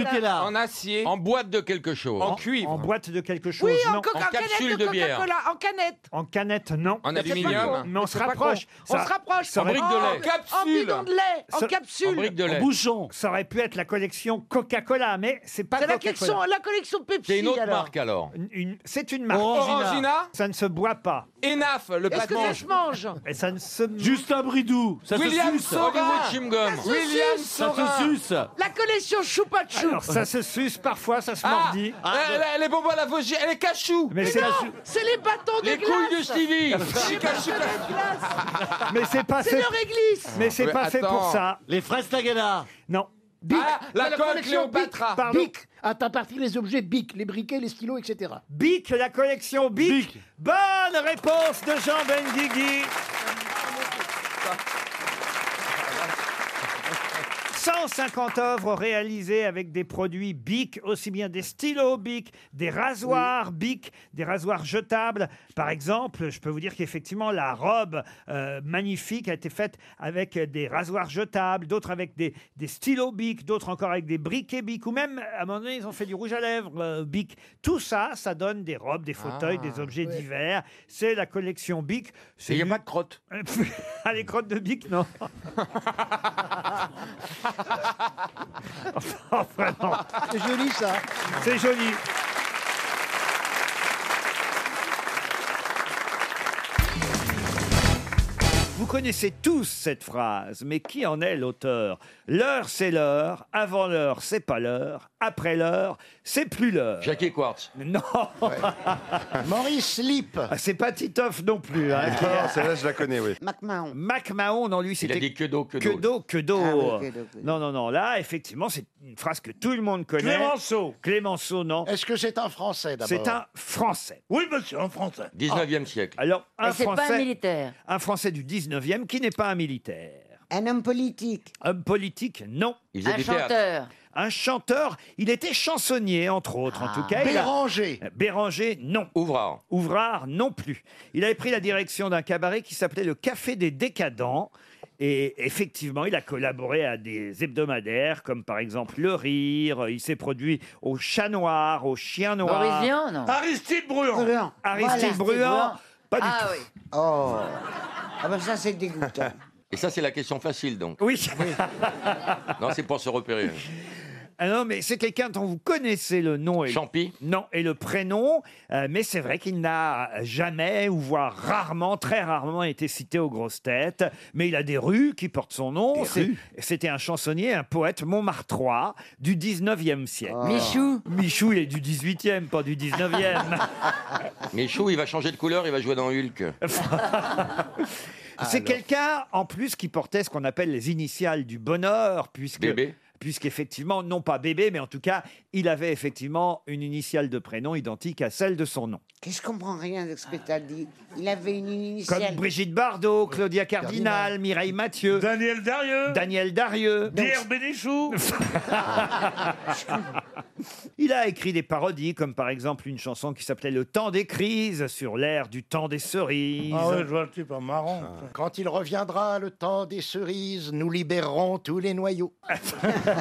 En acier. En boîte de quelque chose. En cuivre. En boîte de quelque chose. Oui, en non. coca- En canette capsule de de bière. Coca-Cola, en canette. En canette, non. En Mais c'est aluminium. pas con. Mais on Mais se c'est pas rapproche. con. On Ça- se rapproche. ça En aurait- brique de lait. En capsule. bidon de lait. En Ça- capsule. En brique de lait. bouchon. Ça aurait pu être la collection Coca-Cola, mais c'est pas C'est la collection, Coca-Cola. la collection Pepsi. C'est une autre alors. marque, alors. Une- C'est une marque. Orangina. Ça ne se boit pas. Enaf, Est-ce le que ça passe-mange. se mange Et ça ne se... Justin Bridou. ça se William suce. Sorin. Hollywood chewing gum. Ça se William suce. Sorin. Ça se suce. La collection Choupa Chou. Alors, ça se suce parfois, ça se Ah, mordit. ah, Elle- elle- les bonbons à la Vosgie, elle est cachou. Mais, Mais c'est non, c'est les bâtons de Les glace. couilles de Stevie. C'est les bâtons de glace. mais c'est pas C'est fait- leur réglisse. Mais c'est Mais pas fait pour attends. ça. Les fraises Tagada. Non. Bic. C'est collection Bic. Pardon. Bic. À ta partie, les objets Bic, les briquets, les stylos, etc. Bic, la collection Bic. Bonne réponse de Jean Benguigui. 150 œuvres réalisées avec des produits BIC, aussi bien des stylos BIC, des rasoirs BIC, des rasoirs jetables. Par exemple, je peux vous dire qu'effectivement, la robe euh, magnifique a été faite avec des rasoirs jetables, d'autres avec des, des stylos BIC, d'autres encore avec des briquets BIC, ou même, à un moment donné, ils ont fait du rouge à lèvres euh, BIC. Tout ça, ça donne des robes, des fauteuils, Ah, des objets ouais. divers. C'est la collection BIC. Il n'y a pas de crottes. ah, les crottes de BIC, non. Oh, vraiment. C'est joli ça. C'est joli. Vous connaissez tous cette phrase, mais qui en est l'auteur L'heure, c'est l'heure. Avant l'heure, c'est pas l'heure. Après l'heure, c'est plus l'heure. Jackie Quartz. Non. Maurice Lipp. Ah, C'est pas Titoff non plus. hein, qui- Ah, celle-là, je la connais, oui. MacMahon. MacMahon, non, lui, c'était. a dit que d'eau, que d'eau. Que d'eau, que Ah d'eau. oui, que d'eau, que d'eau. Non, non, non. Là, effectivement, c'est une phrase que tout le monde connaît. Clémenceau. Clémenceau, non. Est-ce que c'est un Français d'abord C'est un Français. Oui, monsieur, en français. Ah. 19e siècle. Alors, Mais un c'est pas un Français. militaire. Un Français du 19e qui n'est pas un militaire. Un homme politique. Homme politique, non. Il faisait Un du théâtre. chanteur. Un chanteur. Il était chansonnier, entre autres, Ah. en tout cas. Béranger. Béranger, non. Ouvrard. Ouvrard, non plus. Il avait pris la direction d'un cabaret qui s'appelait le Café des Décadents. Et effectivement, il a collaboré à des hebdomadaires comme par exemple Le Rire. Il s'est produit au Chat Noir, au Chien Noir. Boris Vian, non Aristide Bruand. Aristide Bruand. Pas du ah, tout. Oui. Oh. Ah ben ça c'est dégoûtant. Et ça, c'est la question facile, donc. Oui. non, c'est pour se repérer. Ah non, mais c'est quelqu'un dont vous connaissez le nom. Et Champy Non, et le prénom, euh, mais c'est vrai qu'il n'a jamais, ou voire rarement, très rarement été cité aux grosses têtes. Mais il a des rues qui portent son nom. C'est- C'était un chansonnier, un poète montmartrois du 19e siècle. Ah. Michou Ah. Michou, il est du 18e, pas du 19e. Mais Chou, il va changer de couleur, il va jouer dans Hulk. Ah, C'est quelqu'un, en plus, qui portait ce qu'on appelle les initiales du bonheur, puisque... Bébé. Puisqu'effectivement, non pas bébé, mais en tout cas, il avait effectivement une initiale de prénom identique à celle de son nom. Qu'est-ce que je comprends rien de ce que t'as dit. Il avait une Comme initiale. Brigitte Bardot, Claudia Cardinal, Mireille Mathieu. Daniel Darieux. Daniel Darieux. Pierre Bénichou. Il a écrit des parodies, comme par exemple une chanson qui s'appelait Le temps des crises, sur l'air du temps des cerises. Ah ouais, je vois le type, hein, marrant. Quand il reviendra le temps des cerises, nous libérerons tous les noyaux.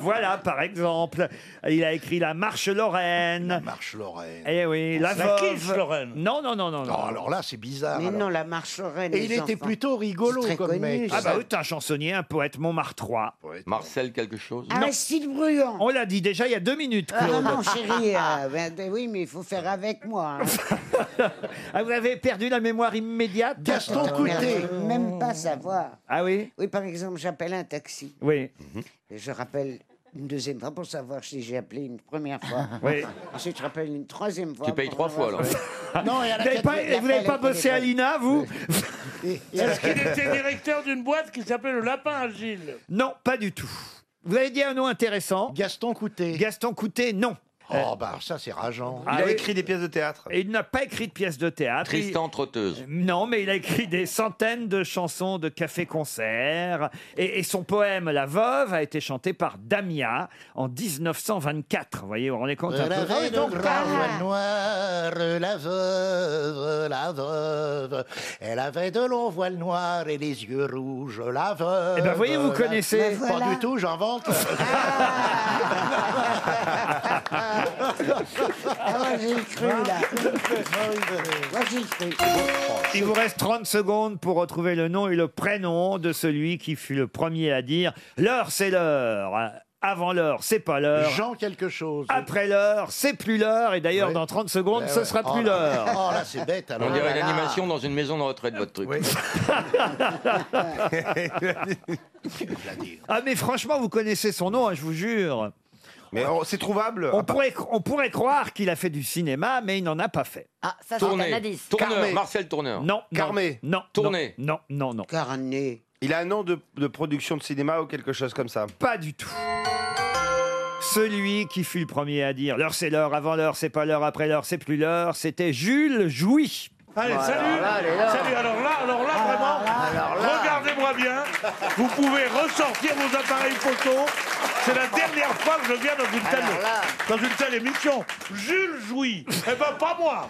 Voilà, par exemple. Il a écrit La Marche Lorraine. La Marche Lorraine. Eh oui, La, La Veuve. Quiche Lorraine. Non, non, non, non. non. Non, alors là, c'est bizarre. Mais alors. non, la marche Lorraine. Et il était plutôt rigolo C'est très comme connu, mec. Ah bah oui, t'es un chansonnier, un poète Montmartrois. Marcel quelque chose Aristide Bruand. On l'a dit déjà il y a deux minutes, Ah Claude. non, chérie, euh, ben, ben oui, mais il faut faire avec moi. hein. Ah, vous avez perdu la mémoire immédiate Euh, mais je veux Même pas savoir. Ah oui Oui, par exemple, j'appelle un taxi. Oui. Et je rappelle une deuxième fois pour savoir si j'ai appelé une première fois. Oui. Ensuite, je rappelle une troisième fois. Tu payes pour trois fois, savoir- alors. Non, et à la Vous n'avez pas, quatrième, vous n'avez l'appel pas au bossé à téléphone. l'INA, vous Est-ce qu'il était directeur d'une boîte qui s'appelait le Lapin Agile Non, pas du tout. Vous avez dit un nom intéressant. Gaston Coutet. Gaston Coutet, non. Oh bah ça c'est rageant. Ah oui. des pièces de théâtre. Et il n'a pas écrit de pièces de théâtre. Tristan Trotteuse. Il- Non, mais il a écrit des centaines de chansons de café-concert. Et, et son poème La Veuve a été chanté par Damia en 1924. Vous voyez, on est compte Euh, un peu. Réveille Euh, le grand Ah. noir, la veuve, la veuve. Elle avait de longs voiles noirs et les yeux rouges, la veuve. Eh ben, voyez, vous la- connaissez. Pas Mais voilà. du tout, j'invente. Ah, j'ai cru, là. Moi, j'ai cru. Il vous reste 30 secondes pour retrouver le nom et le prénom de celui qui fut le premier à dire l'heure c'est l'heure. Avant l'heure, c'est pas l'heure. Euh, Jean quelque chose. Après l'heure, c'est plus l'heure. Et d'ailleurs, dans 30 secondes, Eh ce ouais. sera Oh plus là- l'heure. Oh là, c'est bête alors. On dirait Oh une là là. animation dans une maison de retraite, votre truc. Ah, mais franchement, vous connaissez son nom, hein, je vous jure. Mais c'est trouvable. On pourrait, cro- on pourrait croire qu'il a fait du cinéma, mais il n'en a pas fait. Ah, ça, Tourneur, Marcel Tourneur. Non, non, Carmé. Non. Tourné. Non, non, non. Carnet. Il a un nom de, de production de cinéma ou quelque chose comme ça. Pas du tout. Celui qui fut le premier à dire l'heure c'est l'heure, avant l'heure c'est pas l'heure, après l'heure c'est plus l'heure, c'était Jules Jouy. Allez, salut Salut, alors là, alors là, vraiment, regardez-moi bien. Vous pouvez ressortir vos appareils photo. C'est la dernière fois que je viens dans une telle, dans une telle émission. Jules Jouy Eh ben, pas moi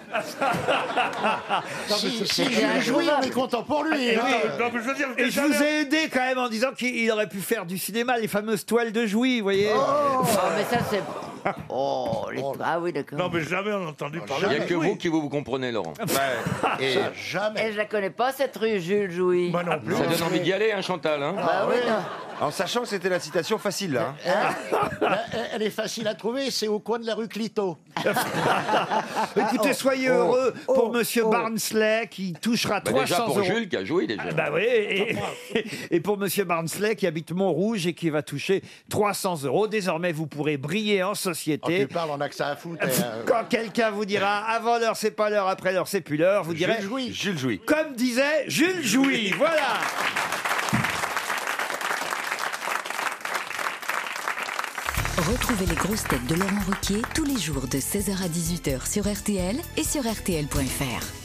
Si- si Jules Jouy, on est content pour lui. Ah, Et hein. oui. Non, mais je veux dire, Et Ah, je jamais- vous ai aidé quand même en disant qu'il aurait pu faire du cinéma, les fameuses toiles de Jouy, vous voyez. Oh, mais ça, c'est. Oh, les... Ah oui, d'accord. Non, mais jamais on a entendu Il parler n'y a de que Jouy. vous qui vous, vous comprenez, Laurent. Et jamais. Et Eh, je la connais pas, cette rue Jules Jouy. Moi non Ça donne envie d'y aller, hein, Chantal. Ah, hein Bah oui, non. En sachant que c'était la citation facile, là. hein. Eh, Elle est facile à trouver, c'est au coin de la rue Clito. Ah, Écoutez, soyez Oh, heureux pour Monsieur Oh. Barnsley qui touchera Bah, 300 déjà pour euros. Jules qui a joué déjà. Ah Bah oui, et, et pour Monsieur Barnsley qui habite Montrouge et qui va toucher 300 euros. Désormais, vous pourrez briller en Oh, société. tu parles, on a que ça à foutre. et, euh, Quand quelqu'un vous dira avant l'heure, c'est pas l'heure, après l'heure, c'est plus l'heure, vous direz Jouy. Jules Jouy. Comme disait Jules Jouy. voilà. Retrouvez les grosses têtes de Laurent Ruquier tous les jours de 16h à 18h sur RTL et sur RTL.fr.